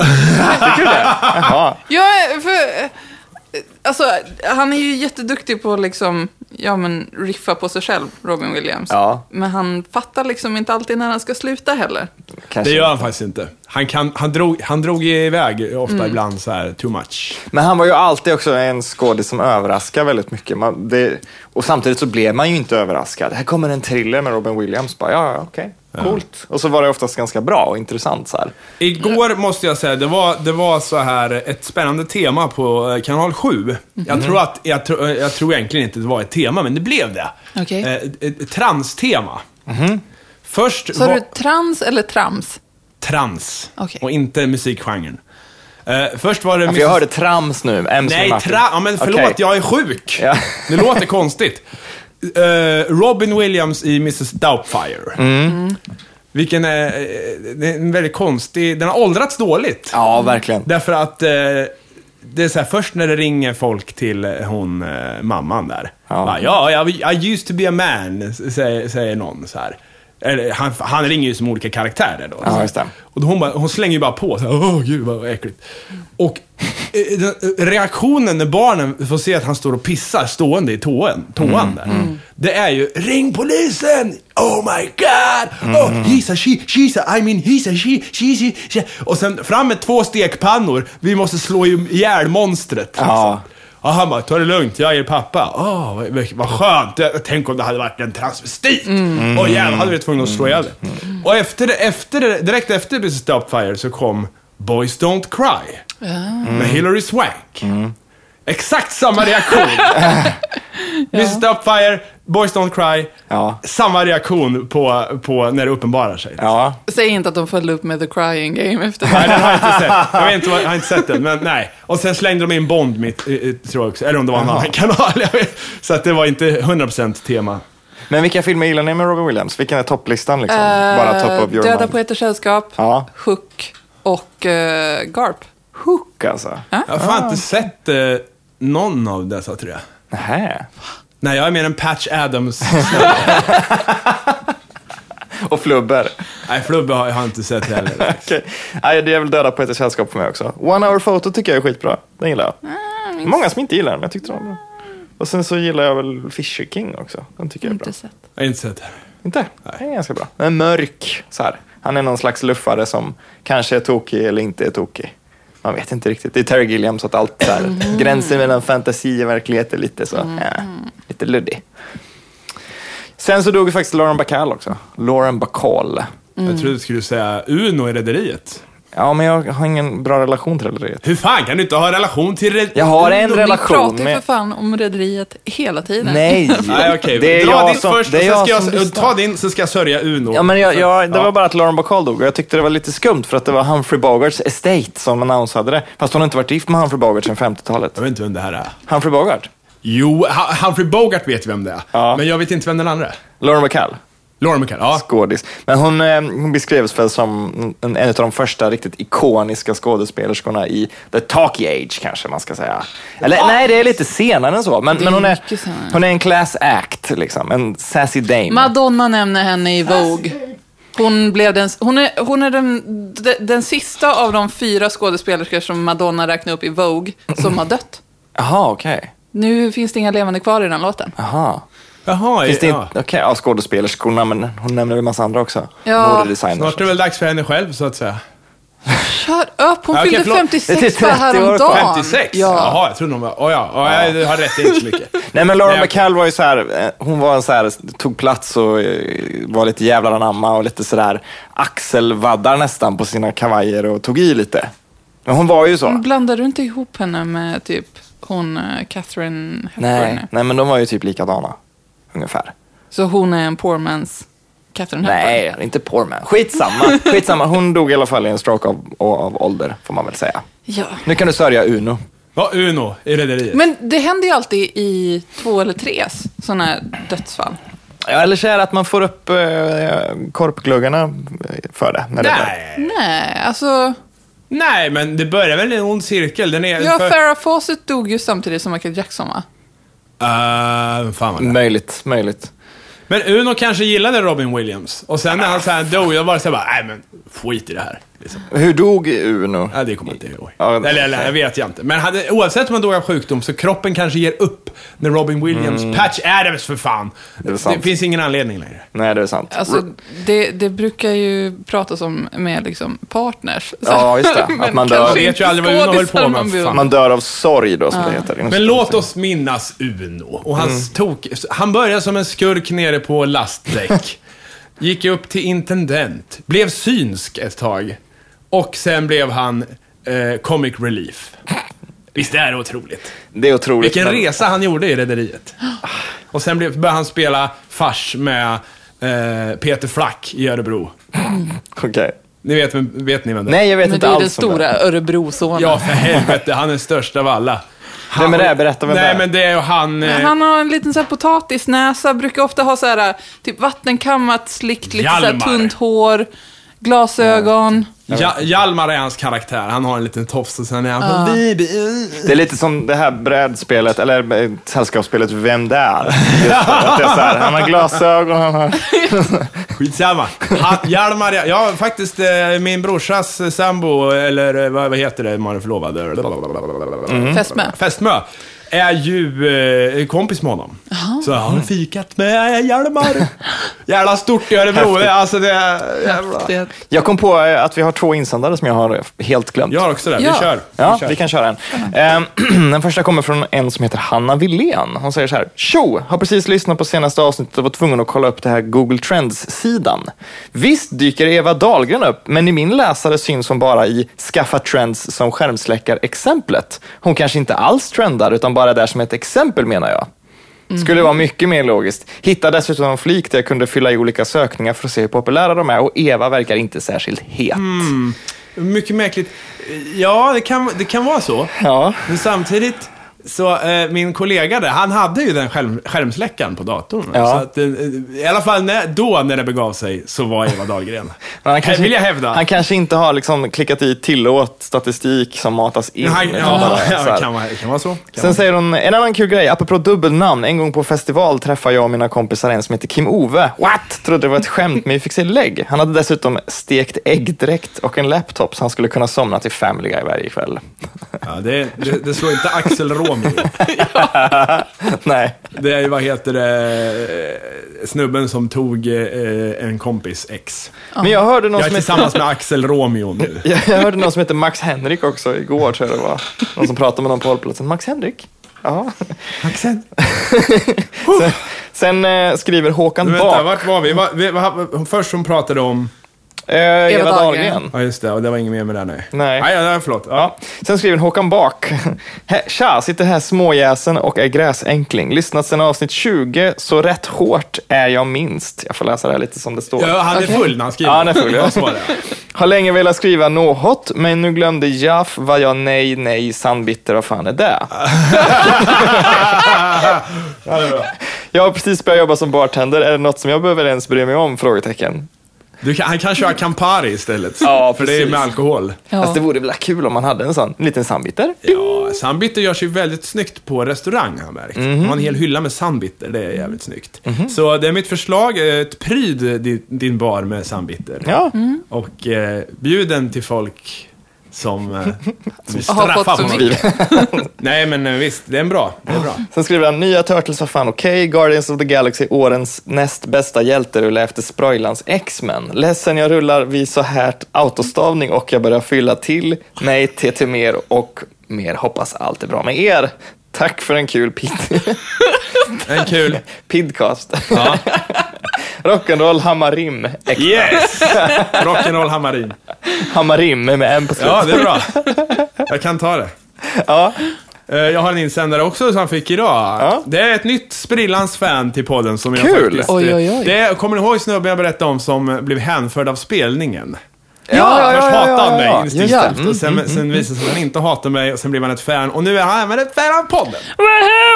Speaker 3: Jaha.
Speaker 1: Ja, för... eh, Alltså, han är ju jätteduktig på att liksom, ja men riffa på sig själv, Robin Williams.
Speaker 3: Ja.
Speaker 1: Men han fattar liksom inte alltid när han ska sluta heller.
Speaker 3: Kanske.
Speaker 2: Det
Speaker 1: Alltså-
Speaker 2: gör han faktiskt inte. Han, kan, han, drog, han drog iväg ofta
Speaker 1: Mm.
Speaker 2: ibland så här too much.
Speaker 3: Men han var ju alltid också en skådis som överraskar väldigt mycket. Man, det, och samtidigt så blev man ju inte överraskad. Här kommer en thriller med Robin Williams. Bara, ja, ja, okej, coolt. Och så var det oftast ganska bra och intressant. Så här.
Speaker 2: Igår måste jag säga, det var, det var så här ett spännande tema på eh, kanal 7.
Speaker 1: Mhm.
Speaker 2: Jag, tror att, jag, tror- jag tror egentligen inte det var ett tema, men det blev det.
Speaker 1: Okej.
Speaker 2: Eh, Ett, ett transtema.
Speaker 3: Mhm.
Speaker 2: Först
Speaker 1: Så
Speaker 2: var-
Speaker 1: du trans eller trams?
Speaker 2: trans
Speaker 1: Okej.
Speaker 2: och inte musikgenren. Eh, först var det...
Speaker 3: Ja, för jag hörde trams nu. M som
Speaker 2: Nej,
Speaker 3: Martin.
Speaker 2: tra- ja, men förlåt,
Speaker 3: Okej.
Speaker 2: jag är sjuk.
Speaker 3: Ja.
Speaker 2: Det låter konstigt. Eh, Robin Williams i Mrs Doubtfire.
Speaker 3: Mm.
Speaker 2: Vilken är, eh, det är en väldigt konstig, den har åldrats dåligt.
Speaker 3: Ja, verkligen.
Speaker 2: Därför att eh, det är så här, först när det ringer folk till eh, hon, eh, mamman där.
Speaker 3: Ja.
Speaker 2: Ja, ja jag, I used to be a man, s- säger, säger någon så här. Eller, han, han ringer ju som olika karaktärer då.
Speaker 3: Ja, just det.
Speaker 2: Och då hon, bara, hon slänger ju bara på så här, åh gud vad äckligt. Och eh, den- reaktionen när barnen får se att han står och pissar stående i toan, toan där. Det är ju, ring polisen! Oh my god! Oh, he's a she, she's a, I mean he's a she, she's a, she. Och sen fram med två stekpannor, vi måste slå ihjäl monstret.
Speaker 3: Ja.
Speaker 2: Och han bara, ta det lugnt, jag är er pappa. Åh, vad, vad- vad skönt. Jag- Tänk om det hade varit en transvestit. Åh jävlar, hade vi tvungna att slå ihjäl det. Och efter, det- efter, det- direkt efter Mrs Doubtfire så kom Boys Don't Cry. Mm. Med Hillary Swank. Exakt samma reaktion. Mrs Doubtfire, Boys Don't Cry.
Speaker 3: Ja.
Speaker 2: Samma reaktion på, på när det uppenbarar sig.
Speaker 3: Ja.
Speaker 1: Säg inte att de följde upp med The Crying Game efter det.
Speaker 2: Nej, den har jag inte sett. Jag, vet inte, vad- jag har inte sett den, men nej. Och sen slängde de in Bond mitt, i- i- tror jag också. Eller om det var en annan kanal. jag vet. Så att det var inte 100% tema.
Speaker 3: Men vilka filmer gillar ni med Robin Williams? Vilken är topplistan? Liksom? Bara top of your
Speaker 1: Eh, Döda
Speaker 3: mind.
Speaker 1: Poeters Sällskap,
Speaker 3: Ja.
Speaker 1: Hook och eh, Garp.
Speaker 3: Hook alltså?
Speaker 2: Jag har fan inte sett eh, någon av dessa tre.
Speaker 3: Nähä.
Speaker 2: Nej, jag är mer en Patch Adams.
Speaker 3: Och Flubber.
Speaker 2: nej, Flubbe har jag har inte sett heller.
Speaker 3: Okej. Nej, det är väl Döda Poeters Sällskap för mig också. One Hour Photo tycker jag är skitbra. Den gillar jag. Många som inte gillar den, men jag tyckte den var bra. Och sen så gillar jag väl Fisher King också. Den tycker jag är bra.
Speaker 1: Inte
Speaker 3: Inte?
Speaker 1: sett.
Speaker 2: Jag har inte sett den.
Speaker 3: Den är ganska bra. Den är mörk, så här. Han är någon slags luffare som kanske är tokig eller inte är tokig. Man vet inte riktigt. Det är Terry Gilliam, så att allt så här, gränsen mellan fantasi och verklighet är lite så, eh, lite luddig. Sen så dog ju faktiskt Lauren Bacall också. Lauren Bacall.
Speaker 2: Jag trodde du skulle säga Uno i Rederiet.
Speaker 3: Ja, men jag har ingen bra relation till det.
Speaker 2: Hur fan kan du inte ha en relation till Rederiet?
Speaker 3: Jag har en
Speaker 1: Mm, Vi
Speaker 3: relation
Speaker 1: pratar ju
Speaker 3: med...
Speaker 1: för fan om Rederiet hela tiden.
Speaker 3: Nej,
Speaker 2: Nej, okej.
Speaker 3: det är
Speaker 2: Dra
Speaker 3: jag
Speaker 2: din
Speaker 3: som,
Speaker 2: först,
Speaker 3: det är
Speaker 2: och sen
Speaker 3: jag
Speaker 2: ska
Speaker 3: som
Speaker 2: jag,
Speaker 3: lyssnar.
Speaker 2: ta din, så ska jag sörja Uno.
Speaker 3: Ja, men jag, jag, det
Speaker 2: Ja.
Speaker 3: var bara att Lauren Bacall dog och jag tyckte det var lite skumt för att det var Humphrey Bogarts estate som annonsade det. Fast hon har inte varit gift med Humphrey Bogart sedan 50-talet.
Speaker 2: jag vet inte vem det här är.
Speaker 3: Humphrey Bogart?
Speaker 2: Jo, Ha- Humphrey Bogart vet vem det är.
Speaker 3: Ja.
Speaker 2: Men jag vet inte vem den andra är.
Speaker 3: Lauren Bacall?
Speaker 2: Lauren McCall, ja.
Speaker 3: Skådis. Men hon, eh, hon beskrevs väl som en, en av de första riktigt ikoniska skådespelerskorna i the talkie age kanske man ska säga. Eller nej, det är lite senare än så. Men,
Speaker 1: Det är
Speaker 3: men hon, är,
Speaker 1: mycket senare.
Speaker 3: hon är en class act liksom. En sassy dame.
Speaker 1: Madonna nämner henne i Vogue. Hon, blev den, hon är, hon är den, de- den sista av de fyra skådespelerskor som Madonna räknade upp i Vogue som har dött.
Speaker 3: Jaha, okej.
Speaker 1: Nu finns det inga levande kvar i den låten.
Speaker 3: Jaha.
Speaker 2: Jaha,
Speaker 3: Finns det
Speaker 2: ja.
Speaker 3: inte, okej, ja, skådespelerskorna, men hon nämner väl en massa andra också.
Speaker 1: Ja.
Speaker 3: Modedesigners.
Speaker 2: Snart är det väl dags för henne själv, så att säga.
Speaker 1: Kör upp, hon
Speaker 2: Ja, okej,
Speaker 1: fyllde
Speaker 2: förlåt.
Speaker 1: 56
Speaker 3: Det är
Speaker 1: bara
Speaker 3: 30 år
Speaker 1: häromdagen.
Speaker 3: kvar.
Speaker 2: 56?
Speaker 1: Ja.
Speaker 2: Jaha, jag trodde hon var... Oh, ja, oh, ja, du har rätt, det är inte så mycket.
Speaker 3: Nej men Lauren
Speaker 2: Nej, okej.
Speaker 3: Bacall var ju så här, eh, hon var så här, tog plats och eh, var lite jävlar anamma och lite sådär axelvaddar nästan på sina kavajer och tog i lite. Men hon var ju så.
Speaker 1: Blandar du inte ihop henne med typ hon eh, Catherine Hepburn?
Speaker 3: Nej, nej men de var ju typ likadana, ungefär.
Speaker 1: Så hon är en poor man's Catherine Hepburn?
Speaker 3: Nej, inte poor man. Skitsamma. Skitsamma. Hon dog i alla fall i en stroke av, av ålder, får man väl säga.
Speaker 1: Ja.
Speaker 3: Nu kan du sörja Uno.
Speaker 2: Ja, Uno i Rederiet.
Speaker 1: Men det händer ju alltid i två eller tres sådana här dödsfall.
Speaker 3: Ja, eller så är det att man får upp eh, korpgluggarna eh, för det. När det dör.
Speaker 2: Nej.
Speaker 1: Nej, alltså...
Speaker 2: Nej, men det börjar väl i en ond cirkel. Den är...
Speaker 1: Ja, Farah Fawcett dog ju samtidigt som Michael Jackson, va?
Speaker 2: Eh, vem fan var det?
Speaker 3: Möjligt, möjligt.
Speaker 2: Men Uno kanske gillade Robin Williams. Och sen när han så här dog, jag bara så här bara, nej men skit i det här. Liksom.
Speaker 3: Hur dog Uno?
Speaker 2: Ja, det kommer jag inte ihåg.
Speaker 3: Ja,
Speaker 2: eller, eller, jag vet jag inte. Men hade, oavsett om man dog av sjukdom så kroppen kanske ger upp när Robin Williams, Patch Adams för fan.
Speaker 3: Mm. är
Speaker 2: Det,
Speaker 3: sant.
Speaker 2: finns ingen anledning längre.
Speaker 3: Nej, det är sant.
Speaker 1: Alltså, det, det brukar ju pratas om med liksom partners. Så-
Speaker 3: Ja, just det. Att
Speaker 1: men
Speaker 3: man dör.
Speaker 1: kanske
Speaker 2: Vet ju aldrig vad
Speaker 1: inte
Speaker 2: Uno höll på
Speaker 1: skådisar
Speaker 2: med,
Speaker 1: man vill.
Speaker 2: fan.
Speaker 3: Man dör av sorg då, som det heter.
Speaker 2: Men låt oss minnas Uno och hans
Speaker 3: Mm.
Speaker 2: tok. Han började som en skurk nere på lastdäck. Gick upp till intendent. Blev synsk ett tag. Och sen blev han eh, comic relief. Visst är det otroligt?
Speaker 3: Det är otroligt.
Speaker 2: Vilken
Speaker 3: men-
Speaker 2: resa han gjorde i Rederiet. Och sen blev, började han spela fars med eh, Peter Flack i Örebro.
Speaker 3: Okej.
Speaker 2: Ni vet, vem- vet ni vem det är?
Speaker 3: Nej, jag vet
Speaker 1: Men det
Speaker 3: inte
Speaker 1: är
Speaker 3: alls.
Speaker 1: den
Speaker 3: om
Speaker 1: stora Örebrosonen.
Speaker 2: Ja, för helvete. Han är störst av alla.
Speaker 3: Vem är det? Berätta vem
Speaker 2: Nej,
Speaker 3: det är.
Speaker 2: men det är ju han... eh,
Speaker 1: Men Han har en liten så här potatisnäsa, brukar ofta ha så här typ vattenkammat, slickt, lite så här
Speaker 2: Hjalmar.
Speaker 1: tunt hår, glasögon.
Speaker 2: Ja, Hjalmar är hans karaktär. Han har en liten tofs och sen är han på Vibe.
Speaker 3: Det är lite som det här brädspelet, eller eh, sällskapsspelet Vem där? Just det, att det är så här, han har glasögon, han har...
Speaker 2: Skitsamma. Han, Hjalmar, ja, ja faktiskt eh, min brorsas eh, sambo, eller eh, vad, vad heter det, man är förlovad.
Speaker 1: Fästmö.
Speaker 2: Fästmö. Är ju eh, kompis med honom. Så jag har fikat med Hjalmar. Jävla stort i Örebro.
Speaker 3: Häftigt.
Speaker 2: Alltså det är... jävla-
Speaker 1: Det-
Speaker 3: Jag kom på eh, att vi har två insändare som jag har eh, helt glömt.
Speaker 2: Jag har också det.
Speaker 1: Ja.
Speaker 2: Vi kör.
Speaker 3: Ja,
Speaker 2: vi kör.
Speaker 3: vi kan köra en. Ehm, Den första kommer från en som heter Hanna Villén. Hon säger så här. Tjo! Har precis lyssnat på senaste avsnittet och var tvungen att kolla upp det här Google Trends-sidan. Visst dyker Eva Dahlgren upp, men i min läsare syns hon bara i skaffa trends som skärmsläckar-exemplet. Hon kanske inte alls trendar, utan bara där som ett exempel menar jag. Skulle vara mycket mer logiskt. Hittade dessutom en flik där jag kunde fylla i olika sökningar för att se hur populära de är och Eva verkar inte särskilt het.
Speaker 2: Mycket märkligt. Ja, det kan, det kan vara så.
Speaker 3: Ja.
Speaker 2: Men samtidigt, så eh, min kollega där, han hade ju den skärm, skärmsläckaren på datorn.
Speaker 3: Ja.
Speaker 2: Så att, eh, I alla fall när, då, när det begav sig, så var Eva Dahlgren.
Speaker 3: Men han kanske,
Speaker 2: vill jag hävda.
Speaker 3: Han kanske inte har liksom klickat i tillåt statistik som matas in.
Speaker 2: Men han,
Speaker 3: utan
Speaker 2: ja,
Speaker 3: bara så
Speaker 2: ja,
Speaker 3: här.
Speaker 2: kan, vara, kan vara så. Kan
Speaker 3: Sen
Speaker 2: vara.
Speaker 3: säger hon, en annan kul grej, apropå dubbelnamn. En gång på festival träffade jag och mina kompisar en som heter Kim-Ove. What? Trodde det var ett skämt, men vi fick se lägg. Han hade dessutom stekt äggdräkt och en laptop så han skulle kunna somna till Family Guy varje kväll.
Speaker 2: Ja, det, det, det slår inte Axel Romeo.
Speaker 3: Nej.
Speaker 2: Det är ju, vad heter det, eh, snubben som tog eh, en kompis ex.
Speaker 3: Men jag hörde någon
Speaker 2: Jag är
Speaker 3: som heter...
Speaker 2: tillsammans med Axel Romeo nu.
Speaker 3: Jag jag hörde någon som heter Max Henrik också igår, tror jag det var. Någon som pratade med någon på hållplatsen. Max Henrik? Ja.
Speaker 2: Axel?
Speaker 3: Sen eh, skriver Håkan
Speaker 2: Vänta,
Speaker 3: Bak.
Speaker 2: vart var vi? Va, vi va, först hon pratade om...
Speaker 3: Eh, Eva
Speaker 1: Dahlgren.
Speaker 3: Dahlgren.
Speaker 2: Ja, just det. Och det var inget mer med det, nej.
Speaker 3: Nej.
Speaker 2: Nej, ja, förlåt. Ja.
Speaker 3: Sen skriver Håkan Bak. "Hä, Tja, sitter här småjäsen och är gräsänkling. Lyssnat sedan avsnitt 20, så rätt hårt är jag minst. Jag får läsa det här lite som det står.
Speaker 2: Ja, han är full när han skriver.
Speaker 3: Ja, han är full, ja.
Speaker 2: Ja, så var det.
Speaker 3: Har länge velat skriva något, men nu glömde Jaff vad jag nej, nej, sandbitter, vad fan är det? Jag har precis börjat jobba som bartender. Är det något som jag behöver ens bry mig om? Frågetecken.
Speaker 2: Du kan, han kan köra Campari istället.
Speaker 3: Ja,
Speaker 2: För det är
Speaker 3: precis.
Speaker 2: med alkohol.
Speaker 1: Ja.
Speaker 3: Fast det vore väl kul om man hade en sån en liten sandbitter?
Speaker 2: Ja, Sandbitter görs ju väldigt snyggt på restaurang har jag märkt. De har en hel hylla med Sandbitter, det är jävligt snyggt. Så det är mitt förslag, eh, ett pryd din, din bar med Sandbitter.
Speaker 3: Ja.
Speaker 2: Och eh, bjud den till folk som eh, vill
Speaker 1: Har fått
Speaker 2: straffa
Speaker 1: så
Speaker 2: honom.
Speaker 1: mycket.
Speaker 2: Nej men eh, visst, det är en bra. Det är bra.
Speaker 3: Sen skriver han, nya Turtles var fan okej, Guardians of the Galaxy årens näst bästa hjälterulle efter Sproilans X-Men. Ledsen jag rullar vid så här autostavning och jag börjar fylla till. Nej, TT mer och mer. Hoppas allt är bra med er. Tack för en kul pid
Speaker 2: En kul.
Speaker 3: pidcast.
Speaker 2: Ja.
Speaker 3: Rock'n'roll eh, Hammarim. Ex-
Speaker 2: Yes! Rock'n'roll Hammarin.
Speaker 3: Hammarim med en på slutet.
Speaker 2: Ja, det är bra. Jag kan ta det.
Speaker 3: Ja.
Speaker 2: Eh, Jag har en insändare också som han fick idag.
Speaker 3: Ja.
Speaker 2: Det är ett nytt sprillans fan till podden som jag
Speaker 3: Kul!
Speaker 2: faktiskt... eh,
Speaker 1: Oj, oj, oj.
Speaker 2: Det är, kommer ni ihåg snubben jag berättade om som eh, blev hänförd av spelningen?
Speaker 3: Ja, ja,
Speaker 2: Först
Speaker 3: ja,
Speaker 2: hatade
Speaker 3: ja,
Speaker 2: han
Speaker 3: ja,
Speaker 2: mig
Speaker 3: ja. Just
Speaker 2: instinktivt
Speaker 1: det.
Speaker 2: och sen, sen visade det sig att han inte hatade mig och sen blev han ett fan och nu är han även ett fan av podden.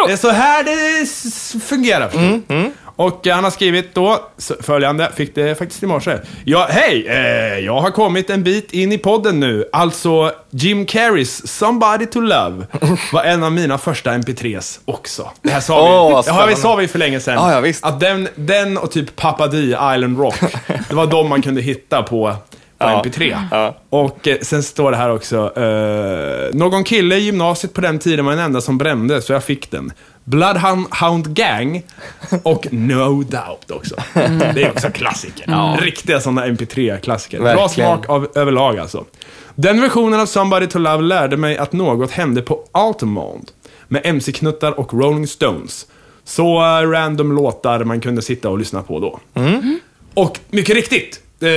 Speaker 2: Det är så här det s- fungerar.
Speaker 3: Mm,
Speaker 2: Och eh, han har skrivit då s- följande, fick det faktiskt i morse. Ja, hej! Eh, jag har kommit en bit in i podden nu, alltså Jim Carreys “Somebody to Love” var en av mina första mp 3 s också. Det här sa
Speaker 3: Åh,
Speaker 2: vi,
Speaker 3: vad
Speaker 2: det här vi,
Speaker 3: spännande.
Speaker 2: sa vi för länge sedan.
Speaker 3: Ja, ja, visst.
Speaker 2: Att den, den och typ Papa D, Island Rock, det var de man kunde hitta på på
Speaker 3: Ja.
Speaker 2: MP3.
Speaker 3: Ja.
Speaker 2: Och eh, sen står det här också. Eh, någon kille i gymnasiet på den tiden var den enda som brände, så jag fick den. Bloodhound Gang och No Doubt också.
Speaker 3: Mm.
Speaker 2: Det är också klassiker. Riktiga sådana MP3-klassiker. Bra
Speaker 3: Verkligen.
Speaker 2: smak av, överlag alltså. Den versionen av Somebody to Love lärde mig att något hände på Altamont med MC-knuttar och Rolling Stones. Så eh, random låtar man kunde sitta och lyssna på då. Och mycket riktigt, eh,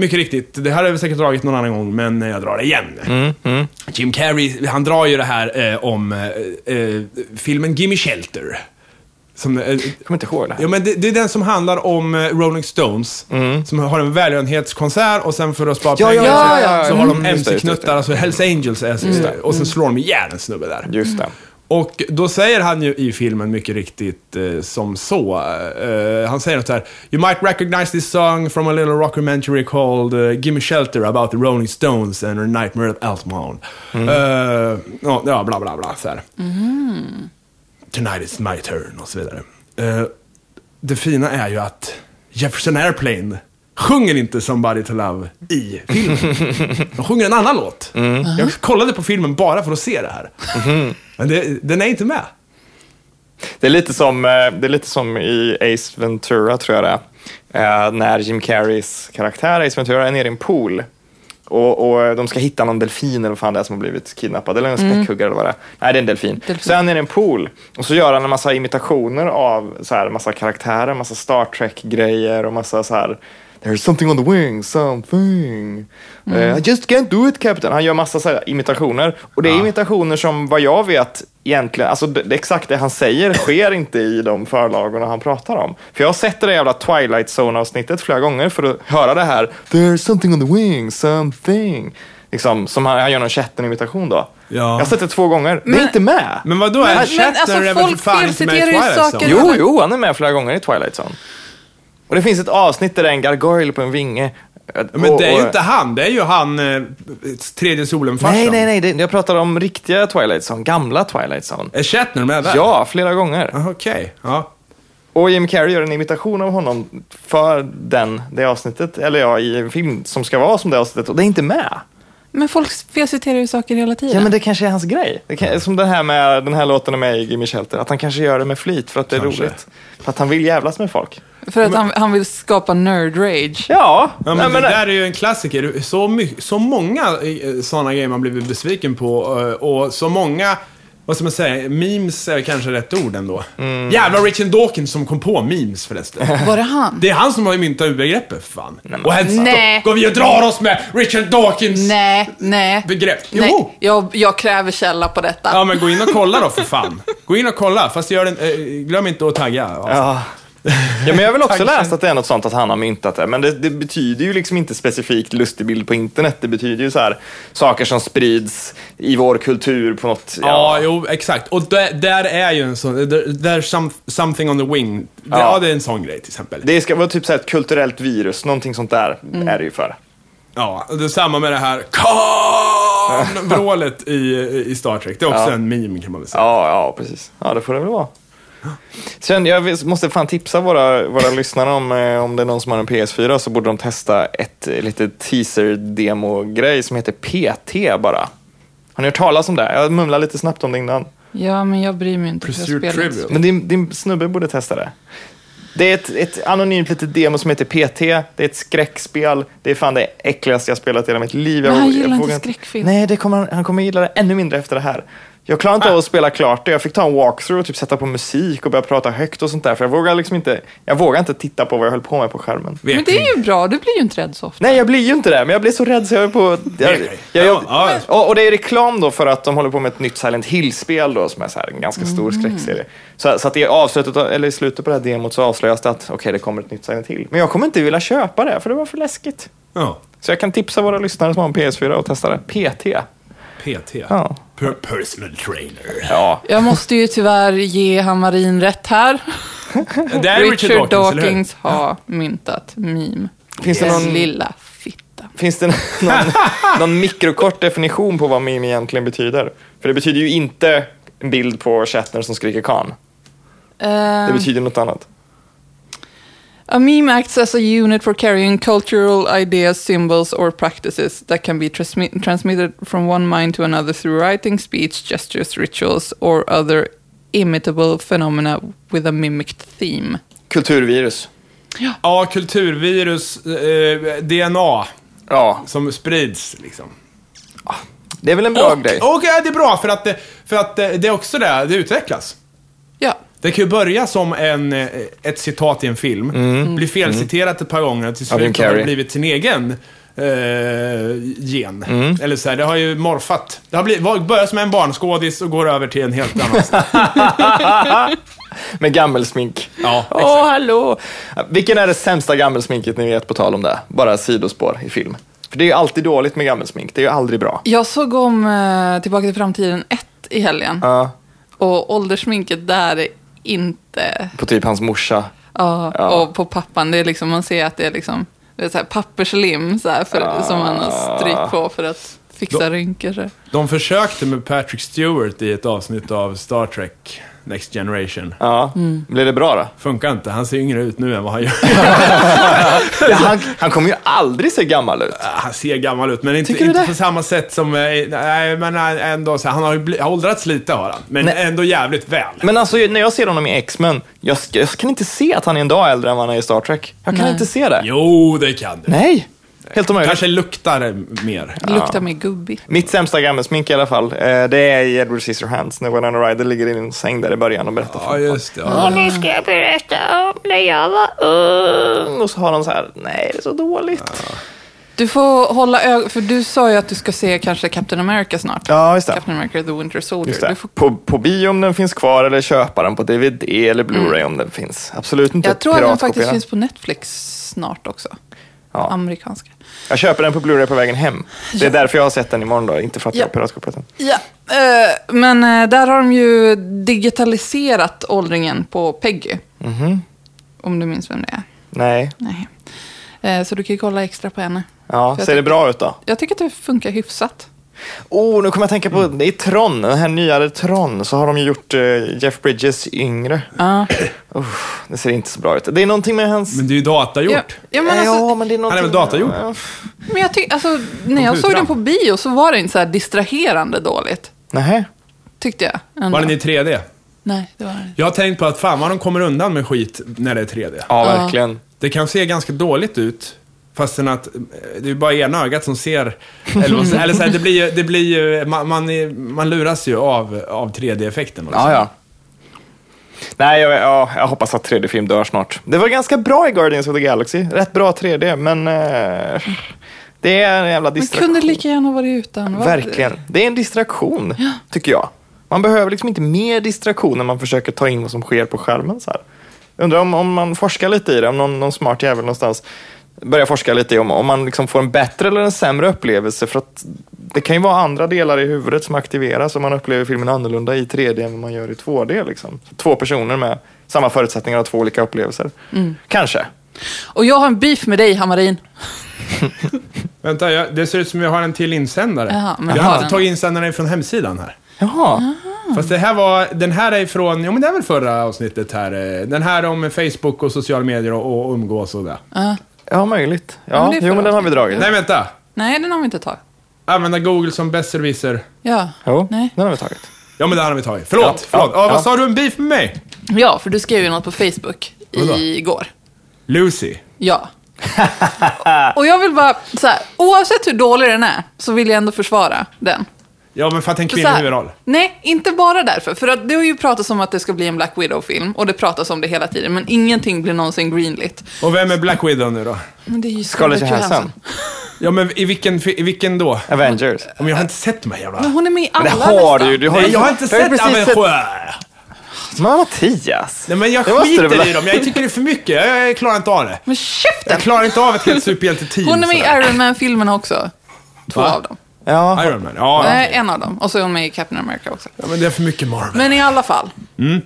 Speaker 2: mycket riktigt, det här har vi säkert dragit någon annan gång, men jag drar det igen. Jim Carrey, han drar ju det här eh, om eh, eh, filmen Gimme Shelter. Som, eh,
Speaker 3: Jag kommer inte ihåg det här.
Speaker 2: Ja, men det, det är den som handlar om eh, Rolling Stones,
Speaker 3: Mm.
Speaker 2: som har en välgörenhetskonsert och sen för att spara
Speaker 3: Ja, ja,
Speaker 2: pengar
Speaker 3: ja,
Speaker 2: så,
Speaker 3: ja, ja.
Speaker 2: så har
Speaker 3: Mm.
Speaker 2: de
Speaker 3: Just det, just det, just det.
Speaker 2: MC-knuttar, alltså Hells Angels är och sen slår de ihjäl en snubbe där.
Speaker 3: Just det.
Speaker 2: Och då säger han ju i filmen mycket riktigt eh, som så. Eh, han säger något så här. You might recognize this song from a little rockumentary called eh, Gimme Shelter about the Rolling Stones and a Nightmare at Altamont.
Speaker 3: Mm.
Speaker 2: Eh, ja, ja, bla bla bla. Så här.
Speaker 3: Mm.
Speaker 2: Tonight is my turn och så vidare. Eh, det fina är ju att Jefferson Airplane sjunger inte Somebody to Love i filmen. De sjunger en annan låt.
Speaker 3: Mm.
Speaker 2: Jag kollade på filmen bara för att se det här. Men det, den är inte med.
Speaker 3: Det är, lite som, eh, det är lite som i Ace Ventura, tror jag det är. Eh, När Jim Carreys karaktär Ace Ventura är nere i en pool och, och de ska hitta någon delfin eller vad fan det är som har blivit kidnappad, eller en späckhuggare eller vad det är. Nej, det är en delfin.
Speaker 1: Delfin.
Speaker 3: Så är han nere i en pool och så gör han en massa imitationer av så här, massa karaktärer, massa Star Trek-grejer och massa så här There's something on the wing, something.
Speaker 2: Mm.
Speaker 3: Eh, I just can't do it, Captain. Han gör massa så här imitationer. Och det är imitationer som, vad jag vet, egentligen, alltså det, det, exakt det han säger sker inte i de förlagorna han pratar om. För jag har sett det där jävla Twilight Zone-avsnittet flera gånger för att höra det här. There's something on the wing, something. Liksom, som han, han gör någon Chatten-imitation då.
Speaker 2: Ja.
Speaker 3: Jag har sett det två gånger. det
Speaker 1: Men-
Speaker 3: är inte med.
Speaker 2: Men vad då
Speaker 1: Men-
Speaker 2: är
Speaker 1: men
Speaker 2: Shatner
Speaker 1: alltså,
Speaker 2: är väl
Speaker 1: folk
Speaker 2: för fan inte med i
Speaker 1: felciterar ju
Speaker 2: Twilight
Speaker 1: saker.
Speaker 2: Zone?
Speaker 3: Jo, jo, han är med flera gånger i Twilight Zone. Och det finns ett avsnitt där det är en gargoyle på en vinge.
Speaker 2: Men
Speaker 3: Och-
Speaker 2: det är ju
Speaker 3: och-
Speaker 2: inte han, det är ju han, eh, tredje solen-farsan.
Speaker 3: Nej, nej, nej. det- Jag pratar om riktiga Twilight Zone, gamla Twilight Zone.
Speaker 2: Är Shatner med där?
Speaker 3: Ja, flera gånger.
Speaker 2: Ah, Okej, ja.
Speaker 3: Och Jim Carrey gör en imitation av honom för den, det avsnittet, eller ja, i en film som ska vara som det avsnittet, och det är inte med.
Speaker 1: Men folk felciterar ju saker hela tiden.
Speaker 3: Ja, men det kanske är hans grej. Det kan, som det här med den här låten med Jimmy Shelter, att han kanske gör det med flit för att det är
Speaker 2: Kanske.
Speaker 3: roligt. För att han vill jävlas med folk.
Speaker 1: För att han, han vill skapa nerd rage.
Speaker 3: Ja,
Speaker 2: Ja, men
Speaker 3: nej, men-
Speaker 2: det där är ju en klassiker. Så, my- så många eh, sådana grejer man blivit besviken på eh, och så många, vad ska man säga, memes är kanske rätt ord ändå.
Speaker 5: Mm.
Speaker 3: Mm.
Speaker 2: Jävla Richard Dawkins som kom på memes förresten.
Speaker 1: Var det han?
Speaker 2: Det är han som har myntat ut begreppet för fan. och
Speaker 1: Nej.
Speaker 2: här går vi och drar oss med Richard Dawkins
Speaker 1: Nej, nej.
Speaker 2: begrepp. Jo!
Speaker 1: nej. Jag, jag kräver källa på detta.
Speaker 2: Ja, men gå in och kolla då för fan. Gå in och kolla, fast gör den, eh, glöm inte att tagga.
Speaker 3: Ja. Ja, men jag har väl också
Speaker 2: Tanken.
Speaker 3: läst att det är något sånt att han har myntat det. Men det, det betyder ju liksom inte specifikt lustig bild på internet. Det betyder ju så här saker som sprids i vår kultur på något...
Speaker 2: Ja, jo, exakt. Och där, där är ju en sån, där, där some, something on the wing. Ja. det är en sån grej till exempel.
Speaker 3: Det ska vara typ så här ett kulturellt virus, någonting sånt där är det ju för.
Speaker 2: Ja, och det är samma med det här Khan-vrålet i, i Star Trek. Det är också en meme kan man väl säga.
Speaker 3: Ja, ja, precis. Ja, det får det väl vara. Sen, jag vill- måste fan tipsa våra, våra lyssnare om, eh, om det är någon som har en PS4 så borde de testa ett eh, litet teaser-demo-grej som heter PT bara. Har ni hört talas om det? Jag mumlade lite snabbt om det innan.
Speaker 1: Ja, men jag bryr mig inte. för jag
Speaker 2: Pursuit
Speaker 1: spelar inte
Speaker 2: Trivial.
Speaker 1: spel.
Speaker 3: Men din, din snubbe borde testa det. Det är ett, ett anonymt litet demo som heter PT. Det är ett skräckspel. Det är fan det äckligaste jag spelat i hela mitt liv.
Speaker 1: Men
Speaker 3: jag,
Speaker 1: han
Speaker 3: jag
Speaker 1: gillar inte
Speaker 3: vågar
Speaker 1: skräckfilm.
Speaker 3: Nej, det kommer, han- han kommer gilla det ännu mindre efter det här. Jag klarade
Speaker 1: Ah.
Speaker 3: inte av att spela klart det. Jag fick ta en walkthrough och typ sätta på musik och börja prata högt och sånt där. För jag vågade liksom inte, jag vågade inte titta på vad jag höll på med på skärmen.
Speaker 1: Men det är ju bra, du blir ju inte rädd så ofta.
Speaker 3: Nej, jag blir ju inte det, men jag blir så rädd så jag är på... Jag,
Speaker 2: Okej.
Speaker 3: jag, jag,
Speaker 2: Ja, ja.
Speaker 3: och, och det är reklam då för att de håller på med ett nytt Silent Hill-spel då, som är så här en ganska stor skräckserie. Så, så att i, avslutet, av- eller i slutet på det här demot så avslöjas det att okej, det kommer ett nytt Silent Hill. Men jag kommer inte vilja köpa det, för det var för läskigt.
Speaker 2: Ja.
Speaker 3: Så jag kan tipsa våra lyssnare som har en PS4 och testa det. PT.
Speaker 2: PT.
Speaker 3: Ja.
Speaker 2: Per personal trainer.
Speaker 3: Ja.
Speaker 1: Jag måste ju tyvärr ge Hammarin rätt här.
Speaker 2: Det är
Speaker 1: Richard,
Speaker 2: Richard Dawkins, eller hur?
Speaker 1: Dawkins har myntat meme.
Speaker 3: Finns det
Speaker 1: Den
Speaker 3: någon-
Speaker 1: lilla fitta.
Speaker 3: Finns det någon, någon mikrokort definition på vad meme egentligen betyder? För det betyder ju inte en bild på Shatner som skriker kan. Det
Speaker 1: Uh,
Speaker 3: betyder något annat.
Speaker 1: a meme acts as a unit for carrying cultural ideas, symbols or practices that can be transmi- transmitted from one mind to another through writing, speech, gestures, rituals or other imitable phenomena with a mimicked theme.
Speaker 3: Kulturvirus.
Speaker 2: Ja, kulturvirus, eh, DNA,
Speaker 3: Ja,
Speaker 2: som sprids liksom.
Speaker 3: det är väl en bra
Speaker 2: Och,
Speaker 3: grej.
Speaker 2: och ja, det är bra för att, det- för att eh, det det är också det, det utvecklas.
Speaker 1: Ja.
Speaker 2: Det kan ju börja som en, eh, ett citat i en film, bli felciterat ett par gånger och till
Speaker 3: Mm. Av Jim
Speaker 2: slut har det
Speaker 3: Carrey.
Speaker 2: blivit sin egen eh, gen.
Speaker 3: Mm.
Speaker 2: Eller så här, det har ju morfat. Det har blivit, var- börjar som en barnskådis och går över till en helt annan.
Speaker 3: Med gammelsmink.
Speaker 2: ja,
Speaker 3: Åh, hallå! Vilken är det sämsta gammelsminket ni vet på tal om det? Bara sidospår i film. För det är ju alltid dåligt med gammelsmink. Det är ju aldrig bra.
Speaker 1: Jag såg om eh, Tillbaka till framtiden 1 i helgen.
Speaker 3: Ja,
Speaker 1: Och åldersminket där är inte...
Speaker 3: på typ hans morsa.
Speaker 1: Ja,
Speaker 3: Ja.
Speaker 1: och på pappan, det är liksom, man ser att det är liksom det är så här papperslim så här för, som man har strykt på för att fixa
Speaker 2: Då-
Speaker 1: rynkor. Så. här.
Speaker 2: De försökte med Patrick Stewart i ett avsnitt av Star Trek Next Generation.
Speaker 3: Ja, blir det bra då?
Speaker 2: Funkar inte, han ser yngre ut nu än vad han gör.
Speaker 3: Ja, han, han kommer ju aldrig se gammal ut.
Speaker 2: Han ser gammal ut, men inte,
Speaker 3: Tycker du
Speaker 2: inte
Speaker 3: det?
Speaker 2: på samma sätt som... eh, Nej, men han- ändå så här, Han har ju bli- har åldrats lite har han, men
Speaker 3: Nej.
Speaker 2: ändå jävligt väl.
Speaker 3: Men alltså när jag ser honom i X-Men, jag, sk- jag kan inte se att han är en dag äldre än vad han är i Star Trek. Jag kan
Speaker 1: Nej.
Speaker 3: inte se det.
Speaker 2: Jo, det kan du.
Speaker 3: Nej, helt omöjligt.
Speaker 2: Kanske luktar mer.
Speaker 1: Det luktar mer gubbigt.
Speaker 3: Mitt sämsta gammelsmink i alla fall, eh, det är i Edward Scissorhands när Winona Ryder ligger i en säng där i början och berättar
Speaker 2: Ja,
Speaker 3: för
Speaker 2: just det. Ja.
Speaker 3: Ja, nu ska jag berätta om när jag var ung. Och så har de så här, nej det är så dåligt.
Speaker 1: Du får hålla ögon, för du sa ju att du ska se kanske Captain America snart.
Speaker 3: Ja, just det.
Speaker 1: Captain America The Winter Soldier.
Speaker 3: Just det.
Speaker 1: Du får,
Speaker 3: På, på bio om den finns kvar eller köpa den på DVD eller Blu-ray om den finns. Absolut inte
Speaker 1: jag tror att den faktiskt
Speaker 3: piratkopiera.
Speaker 1: finns på Netflix snart också.
Speaker 3: Ja.
Speaker 1: Amerikanska.
Speaker 3: Jag köper den på Blu-ray på vägen hem. Det är därför jag har sett den imorgon då, inte för att jag
Speaker 1: Ja.
Speaker 3: har piratkopierat den.
Speaker 1: Ja, eh, men eh, där har de ju digitaliserat åldringen på Peggy.
Speaker 3: Mhm.
Speaker 1: Om du minns vem det är.
Speaker 3: Nej.
Speaker 1: Nej. Eh, Så du kan ju kolla extra på henne.
Speaker 3: Ja,
Speaker 1: För jag
Speaker 3: ser det
Speaker 1: tycker-
Speaker 3: bra ut då?
Speaker 1: Jag tycker att det funkar hyfsat.
Speaker 3: Oh, nu kommer jag tänka på, i Tron, den här nyare Tron, så har de ju gjort eh, Jeff Bridges yngre.
Speaker 1: Ja.
Speaker 3: Uff, det ser inte så bra ut. Det är någonting med hans...
Speaker 2: Men det är ju datagjort.
Speaker 1: Ja, men, alltså,
Speaker 3: ja, men det är någonting...
Speaker 2: Han är väl datagjord?
Speaker 1: men jag tycker, alltså, när jag såg
Speaker 2: Computer.
Speaker 1: den på bio så var den så här distraherande dåligt.
Speaker 3: Nähä.
Speaker 1: Tyckte jag. ändå.
Speaker 2: Var den i 3D?
Speaker 1: Nej, det var den inte.
Speaker 2: Jag har tänkt på att fan vad de kommer undan med skit när det är 3D.
Speaker 3: Ja, verkligen.
Speaker 2: Det kan se ganska dåligt ut, fastän att eh, det är bara ena ögat som ser... Eller, vad- eller så här, det blir ju... Det blir ju man, man, är- man luras ju av, av liksom. 3D-effekten.
Speaker 3: Ja, ja. Nej, jag, ja, jag hoppas att 3D-film dör snart. Det var ganska bra i Guardians of the Galaxy. Rätt bra 3D, men... Eh, det är en jävla
Speaker 1: Men
Speaker 3: distraktion.
Speaker 1: kunde lika gärna varit utan. va?
Speaker 3: Verkligen. Det är en distraktion, tycker jag. Man behöver liksom inte mer distraktion när man försöker ta in vad som sker på skärmen. Så här. Jag Undrar om, om man forskar lite i det, om någon, någon smart jävel någonstans börjar forska lite i om, om man liksom får en bättre eller en sämre upplevelse. För att det kan ju vara andra delar i huvudet som aktiveras om man upplever filmen annorlunda i 3D än vad man gör i 2D. Liksom. Två personer med samma förutsättningar och två olika upplevelser.
Speaker 1: Mm.
Speaker 3: Kanske.
Speaker 1: Och jag har en beef med dig, Hammarin.
Speaker 2: Vänta, jag, det ser ut som jag har en till insändare.
Speaker 1: Jaha, men
Speaker 2: jag
Speaker 1: har
Speaker 2: har inte
Speaker 1: den.
Speaker 2: tagit insändaren från hemsidan här.
Speaker 3: Jaha.
Speaker 2: Fast det här var, den här är ifrån, ja men det är väl förra avsnittet här. eh, Den här om Facebook och sociala medier och, och umgås och det.
Speaker 3: Ja, möjligt. Ja,
Speaker 1: men det är för
Speaker 3: jo, men den har vi dragit.
Speaker 2: Nej vänta!
Speaker 1: Nej, den har vi inte tagit.
Speaker 2: Använda Google som besserwisser.
Speaker 1: Ja.
Speaker 3: Jo,
Speaker 1: Nej.
Speaker 3: den har vi tagit.
Speaker 2: Ja men det här har vi tagit. Förlåt,
Speaker 3: Ja,
Speaker 2: förlåt.
Speaker 3: ja,
Speaker 2: Ja, vad
Speaker 3: ja.
Speaker 2: sa du en beef med mig?
Speaker 1: ja, för du skrev ju något på Facebook
Speaker 2: Vadå?
Speaker 1: igår.
Speaker 2: Lucy.
Speaker 1: Ja. Och jag vill bara, så här, oavsett hur dålig den är, så vill jag ändå försvara den.
Speaker 2: Ja, men för att en
Speaker 1: Så
Speaker 2: kvinna
Speaker 1: här-
Speaker 2: i huvudroll.
Speaker 1: Nej, inte bara därför. För att det har ju pratats om att det ska bli en Black Widow-film och det pratas om det hela tiden, men ingenting blir någonsin greenlit.
Speaker 2: Och vem är Black Widow nu då?
Speaker 1: Men det är ju
Speaker 3: Scarlett
Speaker 1: Scarlett
Speaker 3: Johansson.
Speaker 1: Johansson.
Speaker 2: Ja, men i vilken, i vilken då?
Speaker 3: Avengers.
Speaker 2: Men jag har inte sett de här jävla...
Speaker 1: Men hon är med i alla
Speaker 3: Det har
Speaker 1: nästan.
Speaker 3: du ju. Du har
Speaker 2: Nej,
Speaker 3: ju-
Speaker 2: jag har inte
Speaker 3: du ju
Speaker 2: sett
Speaker 3: precis
Speaker 2: Avengers.
Speaker 3: sett- Men Mattias.
Speaker 2: Nej, men jag
Speaker 3: Det måste du väl
Speaker 2: skiter
Speaker 3: ha-
Speaker 2: i dem. Jag tycker det är för mycket. Jag, jag klarar inte av det.
Speaker 1: Men
Speaker 2: Jag
Speaker 1: käften!
Speaker 2: klarar inte av ett helt superhjälteteam.
Speaker 1: Hon är med i
Speaker 2: sådär.
Speaker 1: Iron Man-filmerna också. Två
Speaker 2: Va?
Speaker 1: av dem.
Speaker 3: Ja.
Speaker 2: Iron Man. Ja,
Speaker 1: Nej, en av dem. Och så är hon med i Captain America också.
Speaker 2: ja, men det är för mycket Marvel.
Speaker 1: Men i alla fall.
Speaker 2: Mm.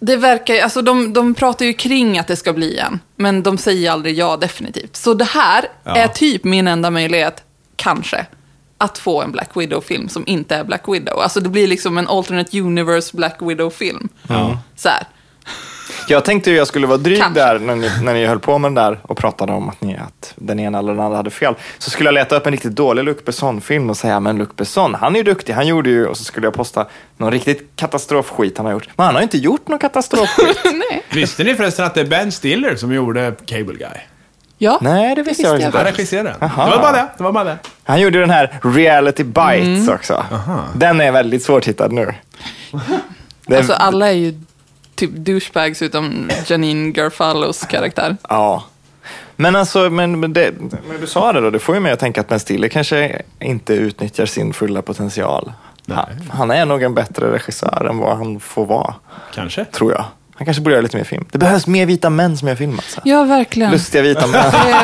Speaker 1: Det verkar, alltså de, de pratar ju kring att det ska bli en, men de säger aldrig ja definitivt. Så det här
Speaker 2: Ja.
Speaker 1: är typ min enda möjlighet, kanske, att få en Black Widow-film som inte är Black Widow. Alltså det blir liksom en alternate universe Black Widow-film. Så här.
Speaker 3: Jag tänkte ju jag skulle vara dryg
Speaker 1: Kanske.
Speaker 3: där när ni, när ni höll på med den där och pratade om att, ni, att den ena eller den andra hade fel. Så skulle jag leta upp en riktigt dålig Luc Besson-film och säga, men Luc Besson, han är ju duktig, han gjorde ju, och så skulle jag posta någon riktigt katastrofskit han har gjort. Men han har ju inte gjort någon katastrofskit.
Speaker 1: Nej.
Speaker 2: Visste ni förresten att det är Ben Stiller som gjorde Cable Guy?
Speaker 1: Ja.
Speaker 3: Nej, det visste jag inte.
Speaker 2: Han regisserade den.
Speaker 3: Aha.
Speaker 2: Det var bara det. Det var bara det.
Speaker 3: han gjorde ju den här Reality
Speaker 1: Mm.
Speaker 3: Bites också. Den är väldigt svårtittad nu. Det,
Speaker 1: Alltså alla är ju typ douchebags utom Janine Garfalos karaktär.
Speaker 3: Ja. Men alltså, men, men, det, men du sa det då, det får ju mig att tänka att Ben Stiller kanske inte utnyttjar sin fulla potential. Han, han är nog en bättre regissör än vad han får vara,
Speaker 2: Kanske.
Speaker 3: tror jag. Han kanske borde göra lite mer film. Det behövs mer vita män som gör film alltså.
Speaker 1: Ja, verkligen.
Speaker 3: Lustiga vita män.
Speaker 1: Eh,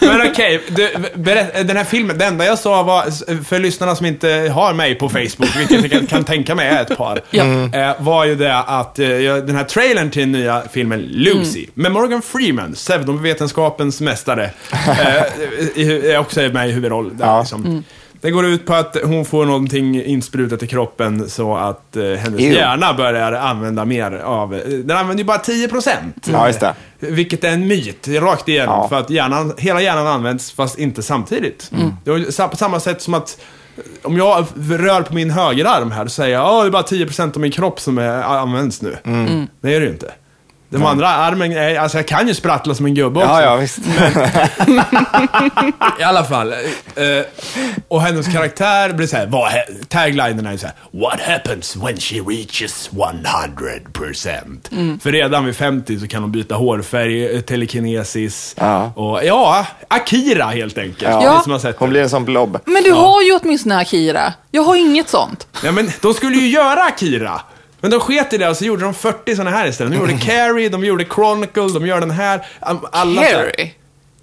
Speaker 2: Men okej, du, berätt- den här filmen, det enda jag sa var, för lyssnarna som inte har mig på Facebook, vilket jag kan, kan tänka mig är ett par,
Speaker 1: Ja.
Speaker 2: eh, var ju det att eh, jag- den här trailern till den nya filmen Lucy, med Morgan Freeman, pseudovetenskapens mästare, eh, i- är också med i huvudroll där
Speaker 3: Ja.
Speaker 2: liksom. Det går ut på att hon får någonting insprutat i kroppen så att eh, hennes
Speaker 3: Ew.
Speaker 2: hjärna börjar använda mer av... Den använder ju bara 10%.
Speaker 3: Ja, just det.
Speaker 2: Vilket är en myt, rakt igenom.
Speaker 3: Ja. Mm.
Speaker 2: För att hjärnan, hela hjärnan används, fast inte samtidigt. Det är ju sa- på samma sätt som att om jag rör på min högerarm här, så säger jag att det är bara 10% av min kropp som är, används nu.
Speaker 3: Mm.
Speaker 2: Det är det ju inte. Den andra armen, är, alltså jag kan ju sprattla som en gubbe också.
Speaker 3: Ja, ja, visst.
Speaker 2: I alla fall. Eh, och hennes karaktär blir såhär, vad, hä- taglinen är ju såhär, What happens when she reaches 100%?
Speaker 3: Mm.
Speaker 2: För redan vid 50 så kan hon byta hårfärg, eh, telekinesis
Speaker 3: Ja.
Speaker 2: och ja, Akira helt enkelt.
Speaker 3: Ja.
Speaker 2: Ja. Ni som har sett
Speaker 3: Hon
Speaker 2: den.
Speaker 3: blir en sån blob.
Speaker 1: Men du har ju åtminstone Akira. Jag har inget sånt.
Speaker 2: Ja, men de skulle ju göra Akira. Men de sket i det och så gjorde de 40 sådana här istället. De gjorde Carrie, de gjorde Chronicle, de gör den här. Am- Alla så här-
Speaker 1: Carrie?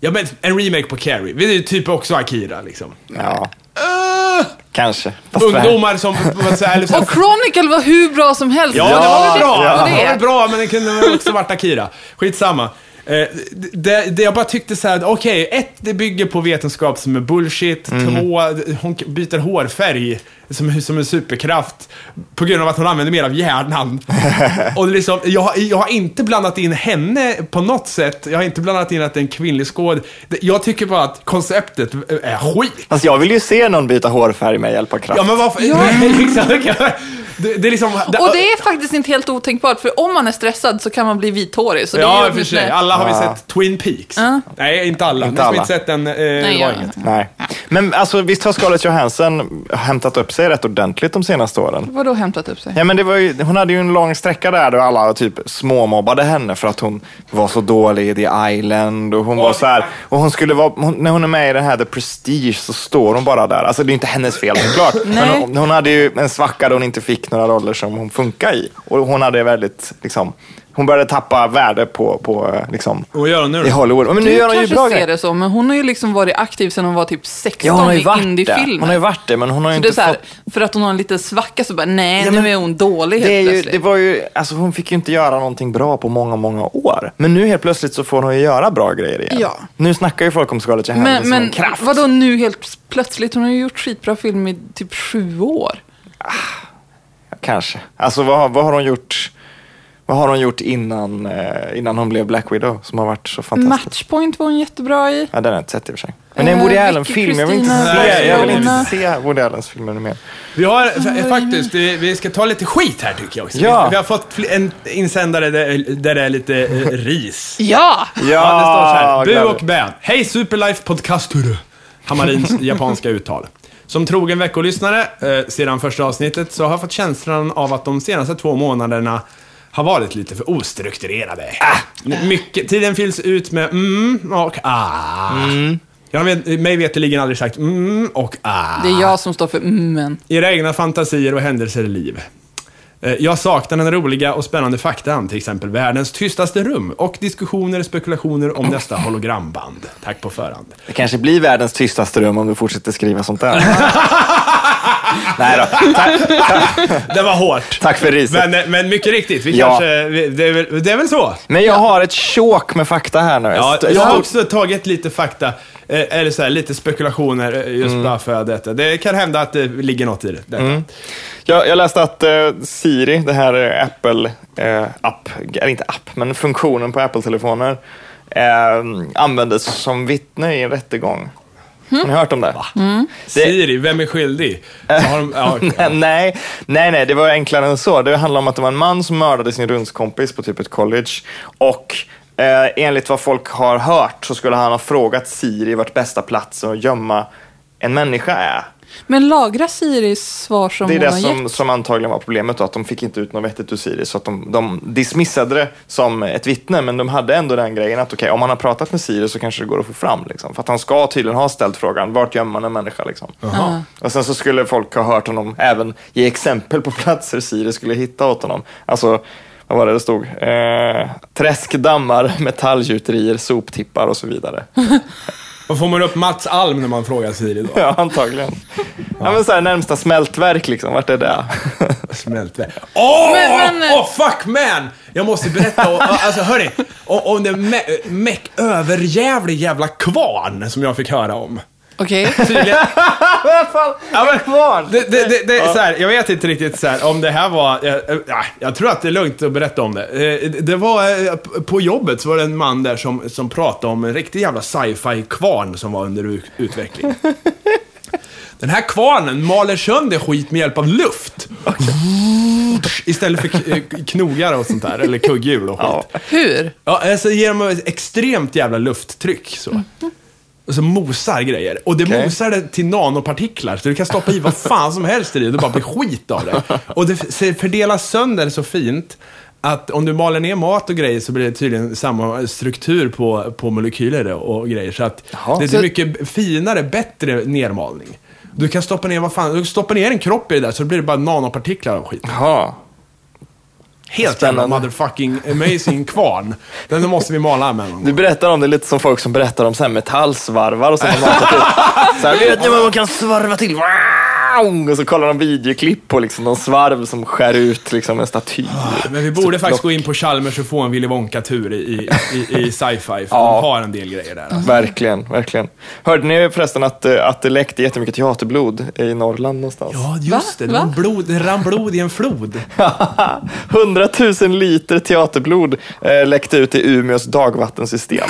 Speaker 2: Ja, men en remake på Carrie. Det är ju typ också Akira liksom.
Speaker 3: Ja,
Speaker 2: Eh.
Speaker 3: kanske. Fast för-
Speaker 2: Ungdomar som... vad säger liksom, jag, eller så-
Speaker 1: Och Chronicle var hur bra som helst.
Speaker 2: Ja, det var väl bra!
Speaker 1: Ja,
Speaker 2: Det var
Speaker 1: det.
Speaker 2: väl bra, men det kunde väl också varit Akira. Skitsamma. Eh, det, det jag bara tyckte så här: okej, ett, det bygger på vetenskap som är bullshit. Två, hon k- byter hårfärg som, som en superkraft på grund av att hon använder mer av hjärnan. Och det är liksom, jag, har- jag har inte blandat in henne på något sätt. Jag har inte blandat in att det är en kvinnlig skåd. Det- Jag tycker bara att konceptet är skit.
Speaker 3: Alltså, jag vill ju se någon byta hårfärg med hjälp av kraft.
Speaker 2: Ja, men varför?
Speaker 1: Ja.
Speaker 2: liksom, det, det är liksom...
Speaker 1: Och det är faktiskt inte helt otänkbart, för om man är stressad så kan man bli vithårig. Så det är
Speaker 2: Ja,
Speaker 1: ju
Speaker 2: i och för sig.
Speaker 1: åtminstone-
Speaker 2: Alla har vi
Speaker 3: Ja.
Speaker 2: sett Twin Peaks. Nej, inte alla.
Speaker 3: Inte
Speaker 2: Ni som
Speaker 3: alla.
Speaker 2: inte sett den, eh, det var
Speaker 1: jag-
Speaker 2: inget.
Speaker 3: Nej. Men alltså, visst har Scarlett Johansson hämtat upp sig rätt ordentligt de senaste åren?
Speaker 1: Vadå hämtat upp sig?
Speaker 3: Ja, men det var ju, hon hade ju en lång sträcka där då alla typ småmobbade henne för att hon var så dålig i The Island. Och hon var så här, och hon skulle vara, hon, när hon är med i den här The Prestige så står hon bara där. Alltså det är inte hennes fel såklart. men
Speaker 1: Nej.
Speaker 3: hon, hon hade ju en svacka då hon inte fick några roller som hon funkar i. Och hon hade väldigt, liksom, hon började tappa värde på, på eh, liksom,
Speaker 2: Och vad gör hon nu då?
Speaker 3: i Hollywood. Men nu
Speaker 1: Du
Speaker 3: gör hon ju
Speaker 1: kanske
Speaker 3: bra
Speaker 1: ser
Speaker 3: grejer.
Speaker 1: det så, men hon har ju liksom varit aktiv sedan hon var typ 16
Speaker 3: Ja, hon har ju
Speaker 1: i
Speaker 3: varit det.
Speaker 1: indiefilmer.
Speaker 3: Hon har ju varit det, men hon har ju
Speaker 1: Så det är
Speaker 3: inte
Speaker 1: så här,
Speaker 3: fått...
Speaker 1: för att hon har en liten svacka så bara, nej,
Speaker 3: Ja, men
Speaker 1: nu är hon dålig helt
Speaker 3: Det, är ju,
Speaker 1: plötsligt.
Speaker 3: det var ju, alltså hon fick ju inte göra någonting bra på många, många år. Men nu helt plötsligt så får hon ju göra bra grejer igen.
Speaker 1: Ja.
Speaker 3: Nu snackar ju folk om Scarlett Johansson
Speaker 1: Men,
Speaker 3: som en
Speaker 1: men
Speaker 3: kraft.
Speaker 1: vadå nu helt plötsligt? Hon har ju gjort skitbra film i typ sju år.
Speaker 3: Kanske. Alltså vad, har- vad har hon gjort? Vad har hon gjort innan, eh, innan hon blev Black Widow som har varit så fantastisk?
Speaker 1: Matchpoint var hon jättebra i.
Speaker 3: Ja, den har jag inte sett i och för sig. Men det är en Woody
Speaker 1: Eh,
Speaker 3: Allen-film. Jag vill inte
Speaker 1: Vicky
Speaker 3: se, jag vill
Speaker 2: Kristina.
Speaker 3: inte se Woody Allens filmer mer.
Speaker 2: Vi har fa- faktiskt, vi, vi ska ta lite skit här tycker jag också.
Speaker 3: Ja.
Speaker 2: Vi, vi har fått fl- en insändare där, där det är lite eh, ris.
Speaker 1: Ja!
Speaker 2: Ja, det
Speaker 3: Ah,
Speaker 2: står så här. Bu
Speaker 3: glad.
Speaker 2: och bän. Hej Superlife podcaster. Hamarins japanska uttal. Som trogen veckolyssnare eh, sedan första avsnittet så har jag fått känslan av att de senaste två månaderna har varit lite för ostrukturerade. Ah. Mycket, tiden fylls ut med mm och ah. Jag vet, mig veterligen aldrig sagt mm och ah.
Speaker 1: Det är jag som står för mm, men.
Speaker 2: Era egna fantasier och händelser i liv. Eh, Jag saknar den roliga och spännande faktan, till exempel världens tystaste rum och diskussioner och spekulationer om nästa hologramband. Tack på förhand.
Speaker 3: Det kanske blir världens tystaste rum om du fortsätter skriva sånt där. Nej då. Tack,
Speaker 2: Det var hårt.
Speaker 3: tack för riset.
Speaker 2: Men, eh, men mycket riktigt, vi
Speaker 3: Ja.
Speaker 2: kanske, vi- det, är väl, det är väl så?
Speaker 3: Men jag har ett tjåk med fakta här nu.
Speaker 2: Ja,
Speaker 3: Ett
Speaker 2: jag har
Speaker 3: stort-
Speaker 2: också tagit lite fakta, eh, eller så här, lite spekulationer eh, just bara för detta. Det kan hända att det ligger något i det. detta.
Speaker 3: Jag, jag läste att eh, Siri, det här eh, Apple eh, app, eller inte app, men funktionen på Apple-telefoner eh, användes som vittne i en rättegång. Har ni hört om det? det
Speaker 2: Siri, vem är skyldig? Så har de, ja, okej.
Speaker 3: nej, nej, nej, det var enklare än så. Det handlar om att det var en man som mördade sin rumskompis på typ ett college. Och eh, enligt vad folk har hört så skulle han ha frågat Siri vart bästa platsen att gömma en människa är.
Speaker 1: Men lagra Siris svar som
Speaker 3: Det är
Speaker 1: hon
Speaker 3: det
Speaker 1: har gett.
Speaker 3: som, som antagligen var problemet, då, att de fick inte ut något vettigt ur Siri. Så att de, de dismissade det som ett vittne, men de hade ändå den grejen att okej, om han har pratat med Siri så kanske det går att få fram. Liksom. För att han ska tydligen ha ställt frågan, vart gömmer man en människa? Liksom.
Speaker 2: Jaha.
Speaker 3: Och sen så skulle folk ha hört honom även ge exempel på platser Siri skulle hitta åt honom. Alltså, vad var det det stod? Eh, träskdammar, metallgjuterier, soptippar och så vidare.
Speaker 2: Då får man upp Mats Alm när man frågar Siri då.
Speaker 3: Ja, antagligen. Ja, men så här, närmsta smältverk, liksom. vart är det?
Speaker 2: Smälte. Åh,
Speaker 1: Men- men-
Speaker 2: åh, fuck man! Jag måste berätta, om- alltså hörni, om, om den mä- meck överjävlig jävla kvarn som jag fick höra om.
Speaker 1: Okej.
Speaker 2: Tydligen,
Speaker 3: Fan,
Speaker 2: Ja, men-
Speaker 3: kvarn!
Speaker 2: det, det, det, det, så här, jag vet inte riktigt så här, om det här var... Jag, jag, jag tror att det är lugnt att berätta om det. Eh, Det var eh, på jobbet så var det en man där som, som pratade om en riktig jävla sci-fi kvarn som var under u- utveckling. Den här kvarnen maler sönder skit med hjälp av luft. Istället för k- eh, knogar och sånt där, eller kugghjul och skit.
Speaker 1: Hur?
Speaker 2: Ja, alltså ger dem ett extremt jävla lufttryck så. Och så mosar grejer. Och det
Speaker 3: Okej.
Speaker 2: mosar det till nanopartiklar, så du kan stoppa i vad fan som helst i det och det bara blir skit av det. Och det f- se- fördelas sönder så fint att om du maler ner mat och grejer så blir det tydligen samma struktur på, på molekyler och grejer. Så att
Speaker 3: Jaha.
Speaker 2: det är
Speaker 1: Så-
Speaker 2: så mycket finare, bättre nermalning. Du kan stoppa ner vad fan, du stoppar ner en kropp i det där så blir det bara nanopartiklar av skit.
Speaker 3: Jaha.
Speaker 2: Helt jävla
Speaker 3: Spännande.
Speaker 2: motherfucking amazing kvarn. Den måste vi mala med någon gång.
Speaker 3: Du berättar om det lite som folk som berättar om så här metallsvarvar och så. har man matat ut. så här, vet ni vad man kan svarva till? Wow! Och så kollar de videoklipp på liksom någon svarv som skär ut liksom en staty.
Speaker 2: Ah,
Speaker 3: Typ
Speaker 2: Men vi borde faktiskt gå in på Chalmers och få en Willy Wonka-tur i, i, i, i sci-fi, för de har en del grejer där. Alltså.
Speaker 3: Verkligen, verkligen. Hörde ni förresten att, eh, att det läckte jättemycket teaterblod i Norrland någonstans?
Speaker 2: Ja, just
Speaker 1: Va?
Speaker 2: det. Det, var
Speaker 1: Va?
Speaker 2: blod, det rann blod i en flod.
Speaker 3: 100 000 liter teaterblod eh, läckte ut i Umeås dagvattensystem.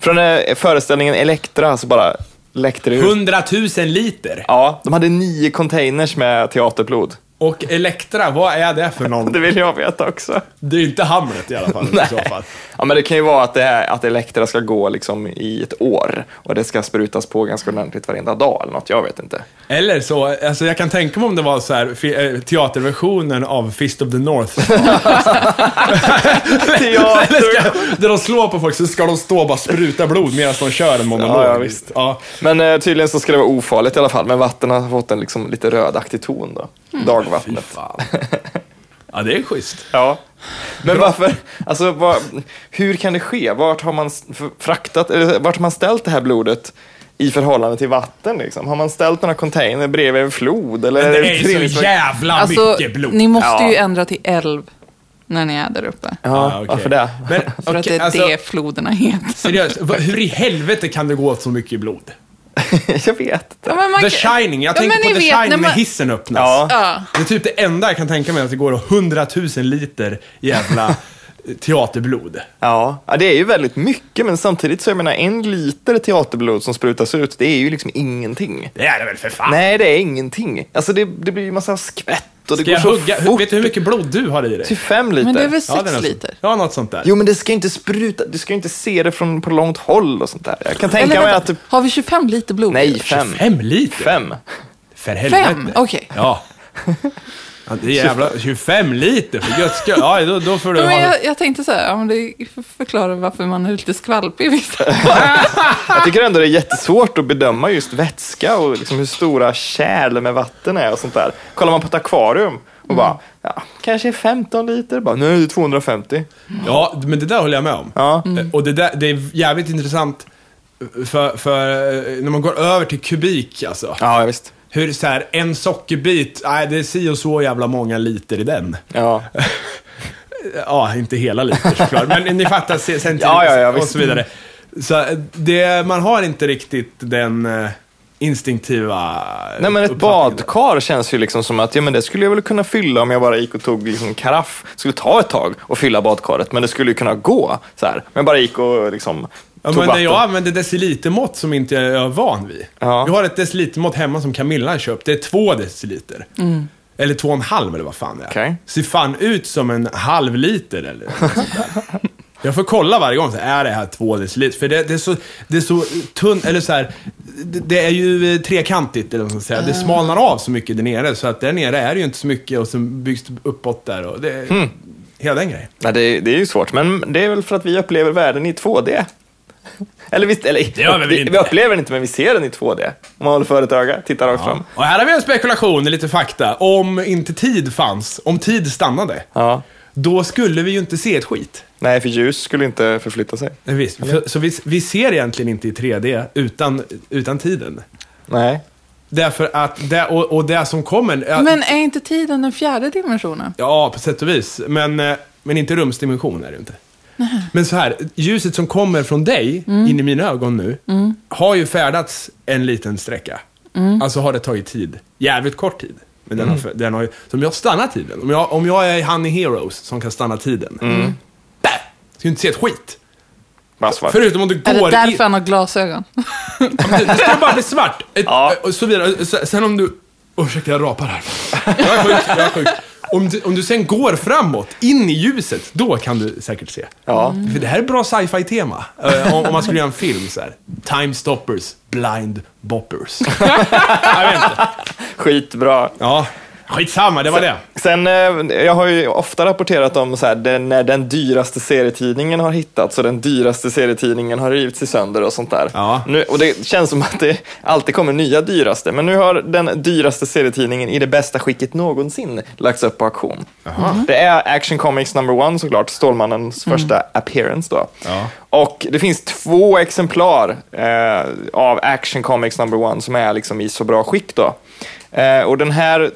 Speaker 3: Från eh, föreställningen Elektra så bara läckte det ut.
Speaker 2: 100 000 liter!
Speaker 3: Ja, de hade nio containers med teaterblod.
Speaker 2: Och Elektra, vad är det för någon?
Speaker 3: Det vill jag veta också.
Speaker 2: Det är ju inte Hamlet i alla fall. I så fall.
Speaker 3: Ja, men det kan ju vara att, det är, att Elektra ska gå liksom i ett år och det ska sprutas på ganska ordentligt varenda dag eller något, jag vet inte.
Speaker 2: Eller så, alltså jag kan tänka mig om det var så här, fi- eh, teaterversionen av Fist of the North. Eller ska, där de slår på folk så ska de stå och bara spruta blod medan de kör en monolog.
Speaker 3: Ja, ja, visst.
Speaker 2: Ja.
Speaker 3: Men eh, tydligen så ska det vara ofarligt i alla fall, men vatten har fått en liksom lite rödaktig ton då.
Speaker 2: Fy
Speaker 3: Dagvattnet.
Speaker 2: fan. Ja, det är schysst.
Speaker 3: Ja. Men varför, alltså vad, hur kan det ske? Vart har man s- f- fraktat, eller vart har man ställt det här blodet? i förhållande till vatten liksom? Har man ställt några container bredvid en flod? Eller
Speaker 2: Men
Speaker 3: är
Speaker 2: det är så
Speaker 3: trillingsverk-
Speaker 2: jävla
Speaker 1: Alltså,
Speaker 2: mycket blod.
Speaker 1: ni måste ju
Speaker 3: Ja.
Speaker 1: ändra till älv när ni är där uppe.
Speaker 3: Ja,
Speaker 5: Ah,
Speaker 2: okej.
Speaker 3: varför det?
Speaker 2: Men,
Speaker 1: För att det
Speaker 2: okej,
Speaker 1: är
Speaker 2: alltså,
Speaker 1: det floderna heter.
Speaker 5: Alltså,
Speaker 2: Seriöst, vad- hur i helvete kan det gå åt så mycket blod?
Speaker 3: jag vet inte.
Speaker 1: Ja, men man
Speaker 2: The
Speaker 1: kan-
Speaker 2: Shining, jag
Speaker 1: Ja,
Speaker 2: tänker
Speaker 1: men
Speaker 2: på
Speaker 1: ni
Speaker 2: The
Speaker 1: vet,
Speaker 2: Shining
Speaker 1: när
Speaker 2: när
Speaker 1: man-
Speaker 2: hissen öppnas.
Speaker 3: Ja.
Speaker 1: Ja.
Speaker 2: Det är typ det enda jag kan tänka mig att det går åt 100 000 liter jävla
Speaker 5: eh,
Speaker 2: teaterblod.
Speaker 3: Ja, ja, det är ju väldigt mycket, men samtidigt så jag menar en liter teaterblod som sprutas ut, det är ju liksom ingenting.
Speaker 2: Det är det väl för fan.
Speaker 3: Nej, det är ingenting. Alltså det, det blir ju massa skvätt och det
Speaker 5: Ska
Speaker 3: går
Speaker 5: jag
Speaker 3: så
Speaker 5: hugga?
Speaker 3: fort.
Speaker 5: Vet du hur mycket blod du har i dig?
Speaker 3: Till fem liter.
Speaker 1: Men det är väl
Speaker 5: Ja, det
Speaker 1: sex
Speaker 5: är något sånt.
Speaker 1: liter?
Speaker 5: Ja, något sånt där.
Speaker 3: Jo, men det ska ju inte spruta. Du ska ju inte se det från på långt håll och sånt där. Jag kan tänka
Speaker 1: Eller
Speaker 3: mig
Speaker 1: vänta,
Speaker 3: att... Du...
Speaker 1: Har vi 25 liter blod?
Speaker 3: Nej, fem.
Speaker 5: Fem liter?
Speaker 3: Fem.
Speaker 5: För helvete.
Speaker 1: Fem? Okej.
Speaker 5: Ja. ja. Det är jävla 25 liter för guds skull. Ja, då, då får du
Speaker 1: Ja,
Speaker 5: ha...
Speaker 1: men jag, jag tänkte så här, ja, men det förklarar varför man är lite skvalpig vissa
Speaker 3: Jag tycker ändå det är jättesvårt att bedöma just vätska och liksom hur stora kärl med vatten är och sånt där. Kollar man på ett akvarium och bara, ja, kanske 15 liter. Bara, nu är det 250.
Speaker 5: Ja, men det där håller jag med om. Eh,
Speaker 3: Ja.
Speaker 2: Mm.
Speaker 5: Och det, där, det är jävligt intressant för, för eh, när man går över till kubik alltså.
Speaker 3: Ja, visst.
Speaker 5: Hur så här, en sockerbit, nej det är si och så jävla många liter i den.
Speaker 3: Ja.
Speaker 5: Ja, inte hela liter såklart, men ni fattar se- sen
Speaker 3: Ja, ja, ja,
Speaker 5: och
Speaker 3: visst.
Speaker 5: så vidare. Så eh, det, man har inte riktigt den eh, instinktiva
Speaker 3: Nej men ett
Speaker 5: uppfattningen.
Speaker 3: badkar känns ju liksom som att ja, men det skulle jag väl kunna fylla om jag bara gick och tog liksom karaff. Det skulle ta ett tag att fylla badkaret men det skulle ju kunna gå så här. Men jag bara gick och liksom
Speaker 5: Ja,
Speaker 3: tog
Speaker 5: men när
Speaker 3: vatten.
Speaker 5: jag använder decilitermått som inte jag är van vid.
Speaker 3: Ja.
Speaker 5: Jag har ett decilitermått hemma som Camilla har köpt. Det är två deciliter. Eller två och en halv eller vad fan det är.
Speaker 3: Okej.
Speaker 5: Ser fan ut som en halv liter eller något sånt där. Jag får kolla varje gång, så här, är det här två deciliter? För det, det är så, det är så tunn, eller så här, det, det är ju eh, trekantigt eller vad man ska säga. Det smalnar av så mycket där nere, så att där nere är det ju inte så mycket och sen byggs det uppåt där och det är
Speaker 3: Mm.
Speaker 5: hela den grejen.
Speaker 3: Nej, det, det är ju svårt men det är väl för att vi upplever världen i 2D. Eller visst, eller
Speaker 5: Det gör vi väl inte.
Speaker 3: vi upplever den inte men vi ser den i 2D. Om man håller för ett öga, tittar rakt fram.
Speaker 5: Och här har vi en spekulation, lite fakta. Om inte tid fanns, om tid stannade,
Speaker 3: Ja.
Speaker 5: då skulle vi ju inte se ett skit.
Speaker 3: Nej, för ljus skulle inte förflytta sig.
Speaker 5: Nej, Visst. För, så vi, vi ser egentligen inte i 3D utan, utan tiden.
Speaker 3: Nej.
Speaker 5: Därför att, det, och, och det som kommer, ja,
Speaker 1: Men är inte tiden den fjärde dimensionen?
Speaker 5: ja på sätt och vis, men, eh, men inte rumsdimension är det ju inte. Men så här, ljuset som kommer från dig in i mina ögon nu har ju färdats en liten sträcka. Alltså har det tagit tid. Jävligt kort tid. Men den, har, den har ju, så om jag stannar tiden, om jag, om jag är han i Heroes som kan stanna tiden. Mm. Ska du inte se ett skit.
Speaker 3: Bara svart.
Speaker 5: Förutom om du
Speaker 1: Är det
Speaker 5: går
Speaker 1: därför
Speaker 5: in.
Speaker 1: han har glasögon?
Speaker 5: Det ska bara bli svart. Ett,
Speaker 3: Ja.
Speaker 5: och så vidare. Så- Sen om du... Oh, ursäkta, jag rapar här. Jag är sjuk, jag är sjuk. Om du, om du sen går framåt, in i ljuset, då kan du säkert se.
Speaker 3: Ja.
Speaker 5: För det här är ett bra sci-fi tema. Eh, om, om man skulle göra en film så här. Time stoppers, blind boppers. jag vet inte.
Speaker 3: Skitbra.
Speaker 5: Ja, skitsamma, det var det.
Speaker 3: Sen, eh, jag har ju ofta rapporterat om så här, den, när den dyraste serietidningen har hittats och den dyraste serietidningen har rivits i sönder och sånt där.
Speaker 5: Ja.
Speaker 3: Nu, och det känns som att det alltid kommer nya dyraste, men nu har den dyraste serietidningen i det bästa skicket någonsin lagts upp på auktion. Det är Action Comics number one såklart, Stålmannens första appearance då.
Speaker 5: Ja.
Speaker 3: Och det finns två exemplar eh, av Action Comics number one som är liksom i så bra skick då. Eh, och den här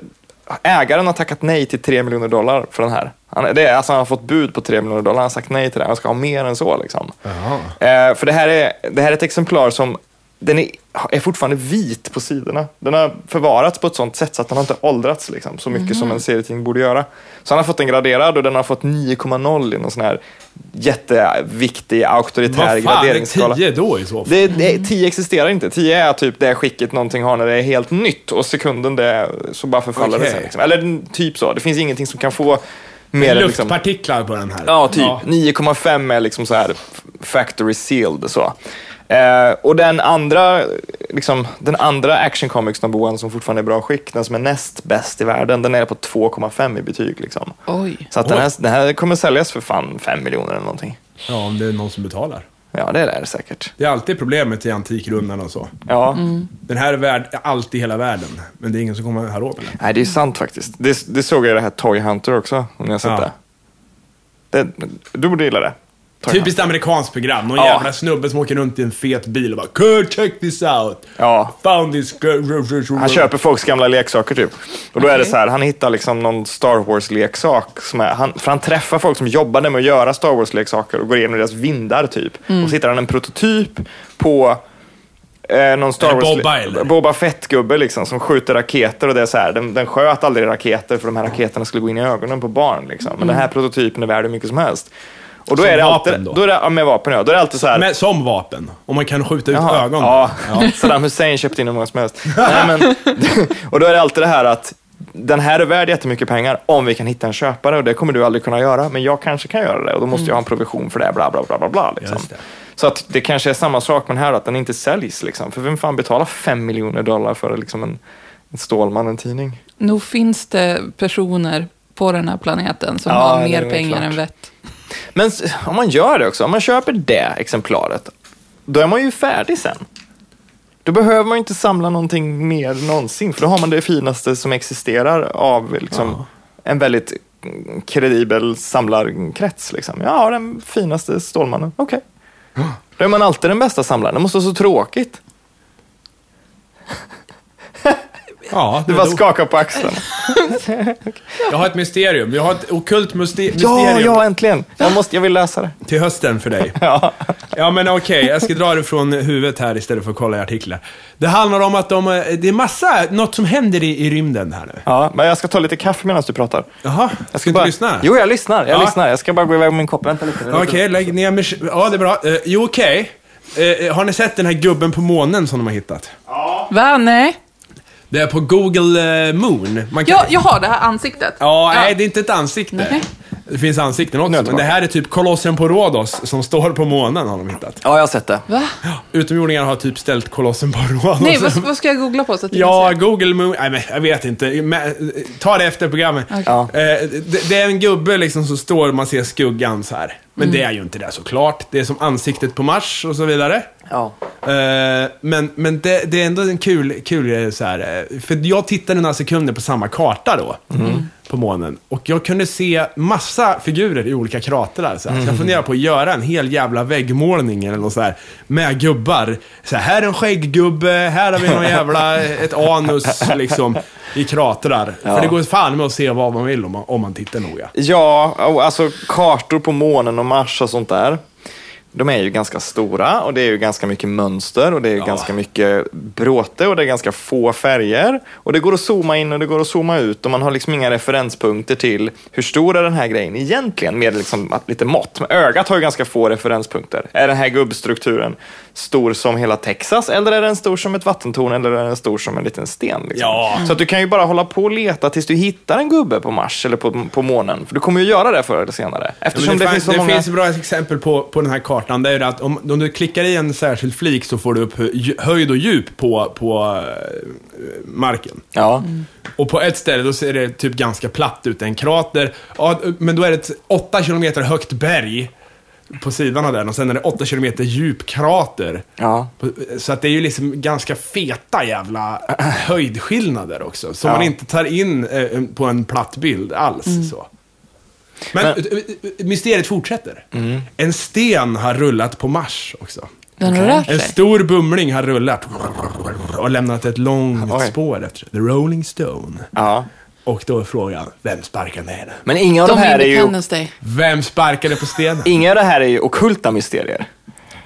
Speaker 3: ägaren har tackat nej till 3 miljoner dollar för den här. Han, det är, alltså han har fått bud på 3 miljoner dollar, han har sagt nej till det. Han ska ha mer än så liksom. Eh, för det här, är, det här är ett exemplar som den är, är fortfarande vit på sidorna. Den har förvarats på ett sånt sätt så att den har inte åldrats liksom, så mycket som en serietidning borde göra. Så han har fått den graderad och den har fått 9,0 i någon sån här jätteviktig auktoritär
Speaker 5: Vad fan är
Speaker 3: graderingsskala.
Speaker 5: tio då i så fall?
Speaker 3: Det, det, 10 existerar inte. 10 är typ det skicket någonting har när det är helt nytt och sekunden det så bara förfaller det
Speaker 5: Okej.
Speaker 3: sen. Liksom. Eller mm, typ så. Det finns ingenting som kan få mer än liksom...
Speaker 5: Luftpartiklar på den här.
Speaker 3: Ja, typ. 9,5 är liksom så här f- factory sealed. Så. Eh, och den andra, liksom, den andra Action Comics number one som fortfarande är i bra skick, den som är näst bäst i världen, den är på 2,5 i betyg. Liksom.
Speaker 1: Oj.
Speaker 3: Så att den, här, den här kommer säljas för fan 5 miljoner eller någonting.
Speaker 5: Ja, om det är någon som betalar.
Speaker 3: Ja, det är det säkert.
Speaker 5: Det är alltid problemet i Antikrundan och så.
Speaker 3: Ja.
Speaker 5: Den här är värd allt i hela världen, men det är ingen som kommer här åt den.
Speaker 3: Nej, det är ju sant faktiskt. Det, det såg jag i det här Toy Hunter också, om ni har sett
Speaker 5: Ja.
Speaker 3: det. det. Du borde gilla det. Toy Hunter.
Speaker 5: Typiskt amerikanskt program. Någon
Speaker 3: Ja.
Speaker 5: jävla snubbe som åker runt i en fet bil och bara “Kurt, check this out!”
Speaker 3: Ja.
Speaker 5: “Found this...”
Speaker 3: Han köper folks gamla leksaker typ. Och då är det så här, han hittar liksom någon Star Wars-leksak. Som är, han, för han träffar folk som jobbade med att göra Star Wars-leksaker och går igenom deras vindar typ.
Speaker 5: Mm.
Speaker 3: Och så hittar han en prototyp på eh, någon Star
Speaker 5: Eller
Speaker 3: Wars...
Speaker 5: Boba Iler.
Speaker 3: Boba Fett-gubbe liksom, som skjuter raketer och det är så här, den, den sköt aldrig raketer för de här raketerna skulle gå in i ögonen på barn. Liksom. Men den här prototypen är värd hur mycket som helst. Och då
Speaker 5: Mm. Som
Speaker 3: är det alltid,
Speaker 5: vapen då?
Speaker 3: är det, ja, med vapen ja. Då är det alltid så här,
Speaker 5: Men som vapen. Om man kan skjuta ut
Speaker 3: Jaha,
Speaker 5: ögon.
Speaker 3: Ja, Saddam Hussein köpte in hur många som helst. Nej, men, och då är det alltid det här att den här är värd jättemycket pengar om vi kan hitta en köpare och det kommer du aldrig kunna göra, men jag kanske kan göra det och då måste jag ha en provision för det, bla bla bla bla bla. Liksom.
Speaker 5: Just det.
Speaker 3: Så att det kanske är samma sak men här, att den inte säljs liksom. För vem fan betalar 5 miljoner dollar för liksom en, en Stålmannen-tidning?
Speaker 1: Nog finns det personer på den här planeten som
Speaker 3: Ja, det
Speaker 1: har
Speaker 3: är
Speaker 1: mer
Speaker 3: väl
Speaker 1: pengar
Speaker 3: klart.
Speaker 1: än vett.
Speaker 3: Men s- om man gör det också, om man köper det exemplaret, då är man ju färdig sen. Då behöver man ju inte samla någonting mer någonsin, för då har man det finaste som existerar av liksom, en väldigt mm, kredibel samlarkrets. Liksom. Jag har den finaste Stålmannen, okej. Då är man alltid den bästa samlaren, det måste vara så tråkigt.
Speaker 5: Ja,
Speaker 3: Du
Speaker 5: men
Speaker 3: bara
Speaker 5: då-
Speaker 3: skakar på axlarna.
Speaker 5: Jag har ett mysterium. Jag har ett okult myste-
Speaker 3: Ja,
Speaker 5: mysterium
Speaker 3: ja, äntligen! Jag, måste, jag vill läsa det.
Speaker 5: till hösten för dig.
Speaker 3: Ja.
Speaker 5: Ja men okej, jag ska dra det från huvudet här istället för att kolla i artiklar. Det handlar om att de, eh, det är massa, något som händer i, i rymden här nu.
Speaker 3: ja, men jag ska ta lite kaffe medan du pratar.
Speaker 5: Jaha, jag ska inte
Speaker 3: bara...
Speaker 5: lyssna?
Speaker 3: Jo, jag lyssnar. Jag
Speaker 5: Ja.
Speaker 3: lyssnar. Jag ska bara gå iväg med min kopp. Vänta lite.
Speaker 5: Okej, lägg ner mig. Ja, det är bra. Eh, jo, okej. Eh, har ni sett den här gubben på månen som de har hittat?
Speaker 1: Va? Nej?
Speaker 5: Det är på Google eh, Moon. Man kan...
Speaker 1: Ja, jag har det här ansiktet.
Speaker 5: Ja, nej, det är inte ett ansikte.
Speaker 1: Nej.
Speaker 5: Det finns ansikten också,
Speaker 3: Nu är jag
Speaker 5: men det här är typ Kolossen på Rhodos som står på månen har de hittat.
Speaker 3: Ja, jag har sett det.
Speaker 1: Va?
Speaker 5: Utomjordingar har typ ställt Kolossen på Rhodos.
Speaker 1: Nej, vad, vad ska jag googla på så att jag
Speaker 5: Ja,
Speaker 1: kan
Speaker 5: Google Moon... Nej, men jag vet inte. Men, eh, Ta det efter programmet.
Speaker 3: Ja.
Speaker 5: Eh, det, det är en gubbe liksom som står och man ser skuggan så här. Men
Speaker 1: Mm.
Speaker 5: det är ju inte det såklart. Det är som ansiktet på Mars och så vidare.
Speaker 3: Ja.
Speaker 5: Eh, men men det, det är ändå en kul, kul grej så här. eh, För jag tittade några sekunder på samma karta då. På månen. Och jag kunde se massa figurer i olika kratrar. Så här. Så jag funderar på att göra en hel jävla väggmålning eller något så här. Med gubbar. Så här, här är en skägggubbe, här har vi någon jävla, ett anus liksom. I kratrar. För det går fan med att se vad man vill om man, om man tittar noga.
Speaker 3: Ja, och alltså kartor på månen och Mars och sånt där. De är ju ganska stora och det är ju ganska mycket mönster och det är ju ganska mycket bråte och det är ganska få färger. Och det går att zooma in och det går att zooma ut och man har liksom inga referenspunkter till hur stor är den här grejen egentligen med liksom att- lite mått. Men ögat har ju ganska få referenspunkter. Är den här gubbstrukturen stor som hela Texas eller är den stor som ett vattentorn eller är den stor som en liten sten? Liksom?
Speaker 5: Ja.
Speaker 3: Så att du kan ju bara hålla på och leta tills du hittar en gubbe på Mars eller på, på månen. För du kommer ju göra det förr eller senare.
Speaker 5: Ja,
Speaker 3: Eftersom
Speaker 5: men
Speaker 3: det, finns så
Speaker 5: det
Speaker 3: många...
Speaker 5: finns bra exempel på, på den här kartan. Det är ju det att om, om du klickar i en särskild flik så får du upp hö- dju- höjd och djup på, på eh, marken.
Speaker 3: Ja.
Speaker 5: Och på ett ställe då ser det typ ganska platt ut, en krater. Ja, men då är det ett 8 kilometer högt berg på sidan av den och sen är det 8 kilometer djup krater.
Speaker 3: Ja.
Speaker 5: På- Så att det är ju liksom ganska feta jävla höjdskillnader också. Som
Speaker 3: Ja. Mm.
Speaker 5: man inte tar in eh, på en platt bild alls. Så. Men,
Speaker 3: Men- Mm.
Speaker 5: eh, eh, mysteriet fortsätter. En sten har rullat på Mars också.
Speaker 1: Den har rört
Speaker 5: En
Speaker 1: sig.
Speaker 5: stor bumling har rullat och lämnat ett långt
Speaker 3: Oj.
Speaker 5: spår efter sig. The Rolling Stone.
Speaker 3: ja.
Speaker 5: Och då är frågan, vem sparkade ner den?
Speaker 3: Men inga av
Speaker 1: De
Speaker 3: de här är ju...
Speaker 1: Independence Day.
Speaker 5: Vem sparkade på stenen?
Speaker 3: Inga av det här är ju okulta mysterier.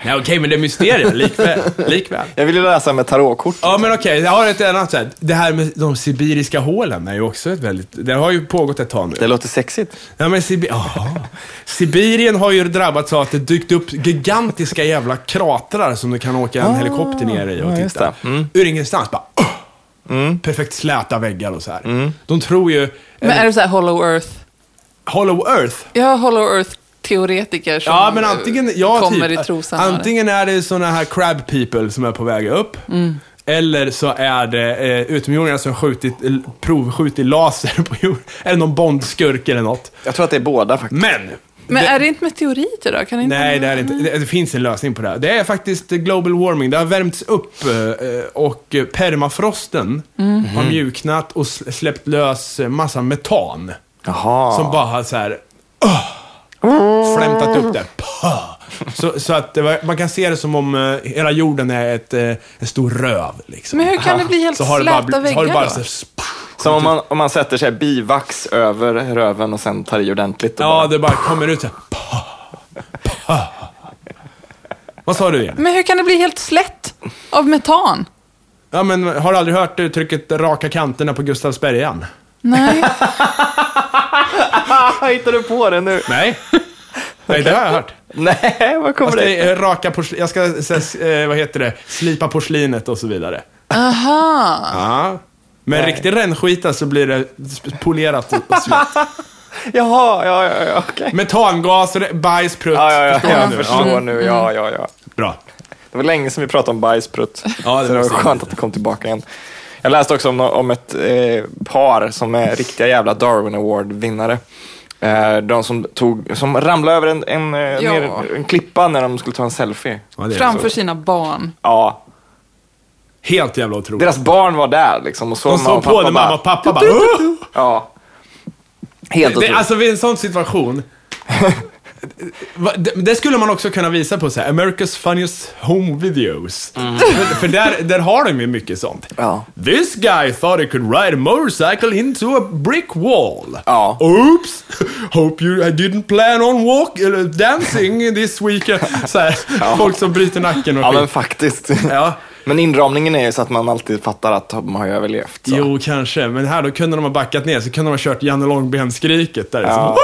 Speaker 5: Nej, okej, men det är mysterier likväl. likväl.
Speaker 3: Jag vill ju läsa med tarotkort.
Speaker 5: Ja, men okej, jag har ett annat så här. Det här med de sibiriska hålen är ju också ett väldigt... Det har ju pågått ett tag nu.
Speaker 3: Det låter sexigt.
Speaker 5: Ja, men Sibi- Jaha. Sibirien har ju drabbats av att det dykt upp gigantiska jävla kratrar som du kan åka en helikopter ner i och
Speaker 3: ja, just
Speaker 5: titta.
Speaker 3: det. Mm.
Speaker 5: Ur ingenstans bara... "Åh!" Perfekt släta väggar och så här. De tror ju...
Speaker 1: Men är det så här hollow earth?
Speaker 5: Hollow Earth
Speaker 1: Jag har hollow earth-teoretiker som
Speaker 5: Ja, men antingen, ja,
Speaker 1: kommer
Speaker 5: typ,
Speaker 1: i trosan. av det.
Speaker 5: antingen är det såna här crab people som är på väg upp.
Speaker 1: Mm.
Speaker 5: Eller så är det eh, utomjordingar som skjutit, l- provskjutit laser på jorden. Eller någon bondskurk eller något.
Speaker 3: Jag tror att det är båda faktiskt.
Speaker 5: Men!
Speaker 1: Men
Speaker 5: det,
Speaker 1: är det inte meteoriter då? Kan det inte
Speaker 5: nej, det är det inte. Det, det finns en lösning på det här. Det är faktiskt eh, global warming. Det har värmts upp eh, eh, och eh, permafrosten
Speaker 1: Mm.
Speaker 5: har mjuknat och sl- släppt lös eh, massa metan.
Speaker 3: Jaha.
Speaker 5: Mm. Som bara har så här oh, flämtat upp det. Pah. Så, så att det var, man kan se det som om eh, hela jorden är ett, eh, en stor röv. Liksom.
Speaker 1: Men hur kan det bli helt
Speaker 5: så har det bara,
Speaker 1: släta
Speaker 5: bl- så
Speaker 1: väggar
Speaker 5: har det bara
Speaker 1: då?
Speaker 5: så här, sp-
Speaker 3: Som om man, om man sätter sig bivax över röven och sen tar i ordentligt. Och
Speaker 5: Ja,
Speaker 3: bara...
Speaker 5: det bara kommer ut så här. Pah, pah. Vad sa du igen?
Speaker 1: Men hur kan det bli helt slätt av metan?
Speaker 5: Ja, men har du aldrig hört uttrycket raka kanterna på Gustavsbergan?
Speaker 1: Nej.
Speaker 3: Ah, hittar du på det nu?
Speaker 5: Nej. Nej, det har jag hört.
Speaker 3: Nej, vad kommer
Speaker 5: Jag ska,
Speaker 3: det
Speaker 5: eh, raka porsli- jag ska så här, s- eh, vad heter det, slipa porslinet och så vidare.
Speaker 1: Aha.
Speaker 5: Ja. Med en
Speaker 3: Nej.
Speaker 5: riktig rännskita så blir det sp- polerat typ och och smutt.
Speaker 3: Jaha, ja, ja, ja, okej.
Speaker 5: Mm. Metangas, re- bajs, prutt.
Speaker 3: Ja, ja, ja,
Speaker 5: Förstår
Speaker 3: jag
Speaker 5: du?
Speaker 3: förstår nu. Ja, ja, ja.
Speaker 5: Bra.
Speaker 3: Det var länge sedan vi pratade om bajsprutt.
Speaker 5: Ja, det
Speaker 3: så det var
Speaker 5: måste jag
Speaker 3: skönt att det kom tillbaka igen. Jag läste också om, om ett eh, par som är riktiga jävla Darwin Award-vinnare. Eh, de som, tog, som ramlade över en, en, eh,
Speaker 1: Ja.
Speaker 3: ner, en klippa när de skulle ta en selfie.
Speaker 5: Ja, det är
Speaker 1: Framför
Speaker 5: så.
Speaker 1: sina barn.
Speaker 3: Ja,
Speaker 5: Helt jävla otroligt.
Speaker 3: deras barn var där liksom och såg
Speaker 5: De såg på när mamma och pappa bara... "Åh!"
Speaker 3: Ja. Helt
Speaker 5: Det,
Speaker 3: otroligt.
Speaker 5: alltså vid en sån situation. Va- det- Det skulle man också kunna visa på så här, America's funniest home videos. För, för där, där har de ju mycket sånt.
Speaker 3: Mm. Ja.
Speaker 5: This guy thought he could ride a motorcycle into a brick wall.
Speaker 3: Ja.
Speaker 5: Oops! Hope you I didn't plan on walk, eller dancing this weekend. Så här, Folk som bryter nacken och
Speaker 3: ja,
Speaker 5: skit.
Speaker 3: men faktiskt.
Speaker 5: Ja.
Speaker 3: Men inramningen är ju så att man alltid fattar att de har ju överlevt. Så.
Speaker 5: Jo, kanske. Men här då kunde de ha backat ner, så kunde de ha kört Janne Långben-skriket där.
Speaker 3: Ja.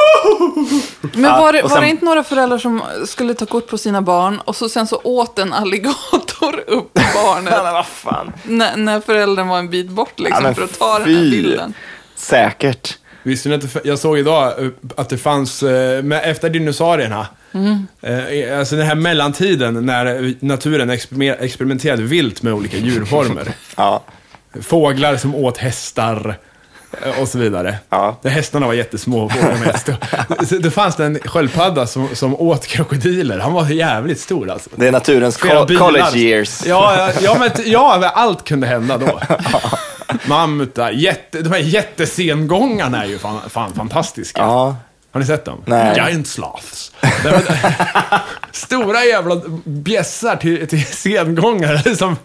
Speaker 1: Men var, det,
Speaker 3: och
Speaker 1: var det
Speaker 3: sen-
Speaker 1: inte några föräldrar som skulle ta kort på sina barn och så sen så åt en alligator upp barnet
Speaker 3: Men vad fan.
Speaker 1: när, när föräldern var en bit bort liksom för att ta den här
Speaker 3: fy.
Speaker 1: bilden?
Speaker 3: Säkert.
Speaker 5: Visste ni att det, jag såg idag eh, att det fanns, eh, med- efter dinosaurierna, eh, alltså den här mellantiden när eh, naturen exper- experimenterade vilt med olika djurformer.
Speaker 3: Ja.
Speaker 5: Fåglar som åt hästar eh, och så vidare.
Speaker 3: Ja.
Speaker 5: Där hästarna var jättesmå och fåglarna var jättestora. Så Det fanns en sköldpadda som, som åt krokodiler. Han var jävligt stor alltså.
Speaker 3: Det är naturens
Speaker 5: Flera
Speaker 3: co-
Speaker 5: bilar.
Speaker 3: college years.
Speaker 5: Ja, ja, ja, men, t- ja, allt kunde hända då. Mammutar, jätte, de här jättesengångarna är ju fan, fan fantastiska.
Speaker 3: Ja.
Speaker 5: Har ni sett dem?
Speaker 3: Nej.
Speaker 5: Giant sloths. Nej, men, stora jävla bjässar till, till sengångare som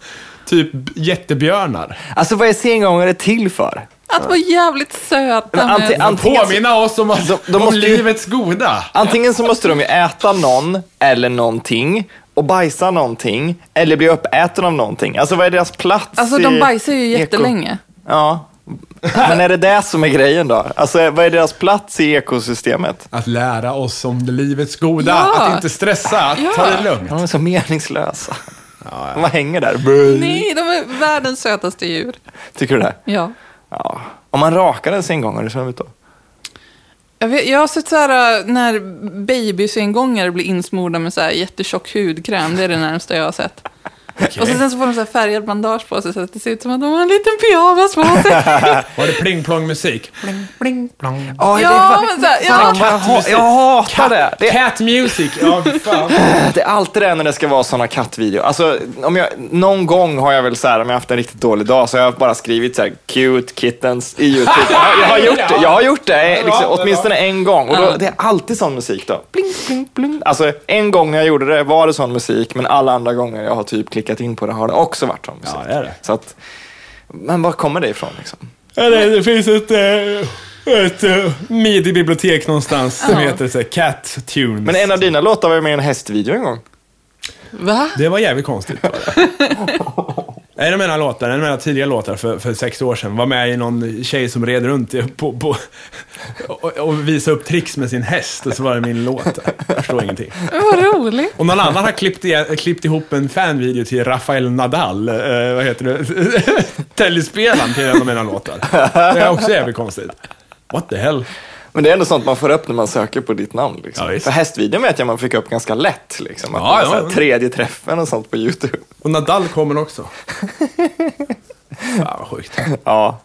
Speaker 5: typ jättebjörnar.
Speaker 3: Alltså vad är sengångare till för?
Speaker 1: Att vara jävligt söta
Speaker 3: Men
Speaker 1: med.
Speaker 3: anti-
Speaker 5: De
Speaker 3: Antingen så-
Speaker 5: påminna oss om, att,
Speaker 3: De- de
Speaker 5: om
Speaker 3: måste ju-
Speaker 5: livets goda.
Speaker 3: Antingen så måste de ju äta någon eller någonting och bajsa någonting eller bli uppäten av någonting. Alltså vad är deras plats?
Speaker 1: Alltså de
Speaker 3: i
Speaker 1: bajsar ju
Speaker 3: eko-
Speaker 1: jättelänge.
Speaker 3: Ja. Men är det det som är grejen då? Alltså vad är deras plats i ekosystemet?
Speaker 5: Att lära oss om det livets goda,
Speaker 1: Ja.
Speaker 5: att inte stressa, att
Speaker 1: Ja.
Speaker 5: ta det lugnt.
Speaker 3: De är så meningslösa.
Speaker 5: Ja,
Speaker 3: De bara hänger där.
Speaker 5: Mm.
Speaker 1: Nej, de är världens sötaste djur.
Speaker 3: Tycker du det?
Speaker 1: Ja.
Speaker 3: Ja. Om man rakar en sengångare, så är det ut då?
Speaker 1: Jag, vet, jag har sett så här äh, när babysängångare blir insmorda med så här jättetjock hudkräm. Det är det närmsta jag har sett. Och så, sen så får de så här färgad bandage på sig så att det ser ut som att de har en liten pyjamas på sig.
Speaker 5: Var det pling-plong-musik?
Speaker 3: Oh,
Speaker 1: ja, men så här, ja.
Speaker 3: jag, ha- jag hatar det. det.
Speaker 5: Cat music, ja fy fan.
Speaker 3: Det är alltid det när det ska vara sådana kattvideo. Alltså, om jag, någon gång har jag väl så här, om jag har haft en riktigt dålig dag, så har jag bara skrivit så här, cute kittens i YouTube. Jag, har- jag har gjort det, jag har gjort det, eh, liksom, åtminstone en gång. Och då, det är alltid sån musik då. Bling, bling, bling. Alltså, en gång när jag gjorde det var det sån musik, men alla andra gånger jag har typ klickat in på det har det också varit sån musik.
Speaker 5: Ja, det är det.
Speaker 3: Så att, men var kommer det ifrån liksom?
Speaker 5: Eller, det finns ett, eh, ett eh, midi-bibliotek någonstans som
Speaker 1: Ja.
Speaker 5: heter så här, Cat Tunes.
Speaker 3: Men en av dina låtar var ju med i en hästvideo en gång.
Speaker 1: Va?
Speaker 5: Det var jävligt konstigt. var det. En av mina låtar, en av mina tidiga låtar för, för sex år sedan var med i någon tjej som red runt i- på, på, och, och visade upp tricks med sin häst och så var det min låt. Jag förstår ingenting.
Speaker 1: Vad roligt.
Speaker 5: Och någon annan har klippt, i, klippt ihop en fanvideo till Rafael Nadal, eh, vad heter det, tennisspelaren till en av mina låtar. Det är också jävligt konstigt. What the hell?
Speaker 3: Men det är ändå sånt man får upp när man söker på ditt namn. Liksom.
Speaker 5: Ja, visst.
Speaker 3: För hästvideon vet jag man fick upp ganska lätt. Liksom, att
Speaker 5: Ja,
Speaker 3: det var
Speaker 5: ja,
Speaker 3: så här
Speaker 5: ja.
Speaker 3: Tredje träffen och sånt på YouTube.
Speaker 5: Och Nadal kommer också. Fan vad sjukt.
Speaker 3: Ja,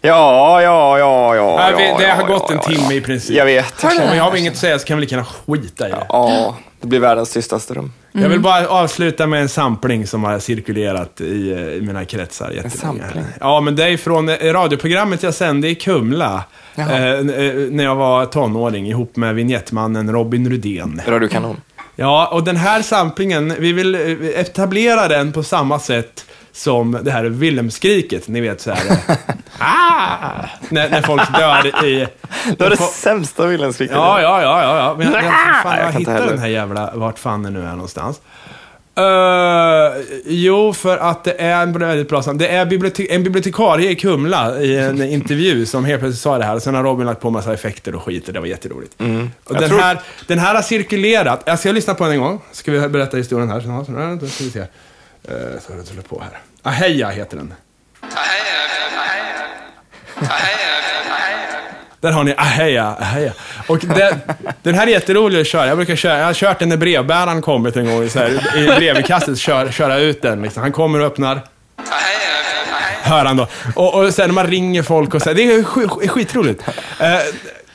Speaker 3: ja, ja, ja, ja.
Speaker 5: Nej,
Speaker 3: ja,
Speaker 5: vi- det
Speaker 3: ja,
Speaker 5: har
Speaker 3: ja,
Speaker 5: gått en
Speaker 3: ja,
Speaker 5: timme
Speaker 3: ja.
Speaker 5: i princip.
Speaker 3: Jag vet.
Speaker 5: Om jag har inget att säga så kan vi lika gärna skita i det.
Speaker 3: Ja, det blir världens tystaste rum.
Speaker 5: Jag vill bara avsluta med en sampling som har cirkulerat i, eh, i mina kretsar jättelänge.
Speaker 3: sampling?
Speaker 5: Ja, men det är från eh, radioprogrammet jag sände i Kumla. Eh,
Speaker 3: Jaha.
Speaker 5: n- eh, när jag var tonåring ihop med vignettmannen Robin Rudén.
Speaker 3: Radiokanon.
Speaker 5: Ja, och den här samplingen, vi vill eh, etablera den på samma sätt som det här Wilhelmskriket, ni vet så här. eh, ah! när, när folk dör i...
Speaker 3: Det var det
Speaker 5: Fo-
Speaker 3: sämsta Wilhelmskriket.
Speaker 5: Ja, ja, ja, ja, ja. Men jag, jag, fan,
Speaker 3: Jag
Speaker 5: jag
Speaker 3: kan inte
Speaker 5: hittar
Speaker 3: heller.
Speaker 5: den här jävla, vart fan den nu är någonstans. Eh, jo, för att det är en väldigt bra sam- Det är bibliotek- en bibliotekarie i Kumla i en intervju som helt plötsligt sa det här. Sen har Robin lagt på massa effekter och skit och det var jätteroligt. Och den,
Speaker 3: tror-
Speaker 5: här, den här har cirkulerat. Jag ska lyssna på den en gång. Ska vi berätta historien här? Ja, så- Då ska vi se. Eh, Så har jag på här. Aheja heter den.
Speaker 6: Aheja, aheja,
Speaker 5: Där har ni ah, aheja, aheja. Och det, den här är jätterolig att köra. Jag brukar köra, jag har kört den när brevbäraren kommit en gång, så här, i brevikastet, kör, köra ut den. Liksom. Han kommer och öppnar. Hör han då. Och, och sen när man ringer folk och så här, det är sk- skitroligt. Eh,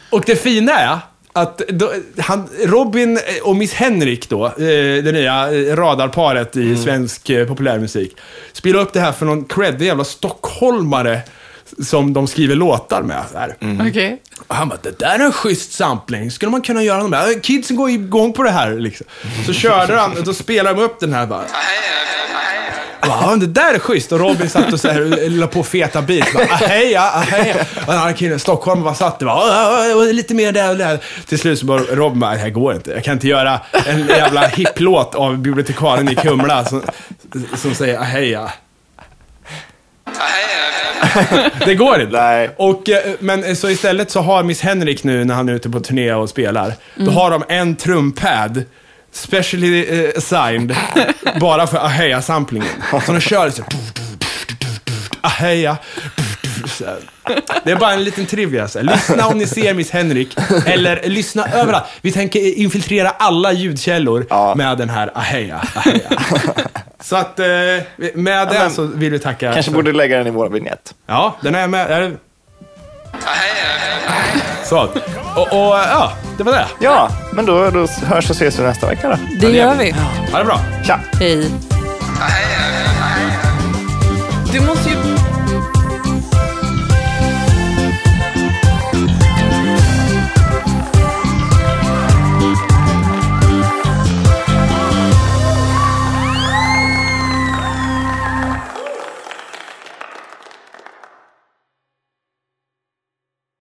Speaker 5: och det fina är att då, han, Robin och Miss Henrik då, eh, det nya eh, radarparet i svensk eh, populärmusik, spelar upp det här för någon creddig jävla stockholmare som de skriver låtar med. Så här.
Speaker 1: Okej.
Speaker 5: Och han bara, det där är en schysst sampling. Skulle man kunna göra något med? Kidsen går igång på det här liksom. Så körde han, då spelade de upp den här bara. Wow, det där är schysst! Och Robin satt och så här, la på feta beats. Bara, "Ah, Aheja, aheja. Och den andra killen, Stockholm, bara satt och bara, "Åh, åh, åh, lite mer där och där. Till slut så bara Robin bara, det här går inte. Jag kan inte göra en jävla hiplåt av bibliotekarien i Kumla som, som säger "Ah, aheja. Det går inte.
Speaker 3: Nej.
Speaker 5: Och, eh, men eh, så istället så har Miss Henrik nu när han är ute på turné och spelar, då har de en trumpad, specially eh, assigned, bara för Aheja-samplingen. Så de kör så Aheja. så här. Det är bara en liten trivia. Så här. Lyssna om ni ser Miss Henrik, eller lyssna överallt. Vi tänker infiltrera alla ljudkällor
Speaker 3: Ja.
Speaker 5: med den här Aheja. aheja. Så att eh, med det
Speaker 3: men-
Speaker 5: så vill vi tacka.
Speaker 3: Kanske
Speaker 5: för-
Speaker 3: borde lägga den i vår vignett.
Speaker 5: Ja, den är med. Är... Så. Och, och ja, det var det.
Speaker 3: Ja, men då, då hörs och ses vi nästa vecka då.
Speaker 1: Det gör vi.
Speaker 5: Ha det bra.
Speaker 3: Tja!
Speaker 1: Hej. Du måste ju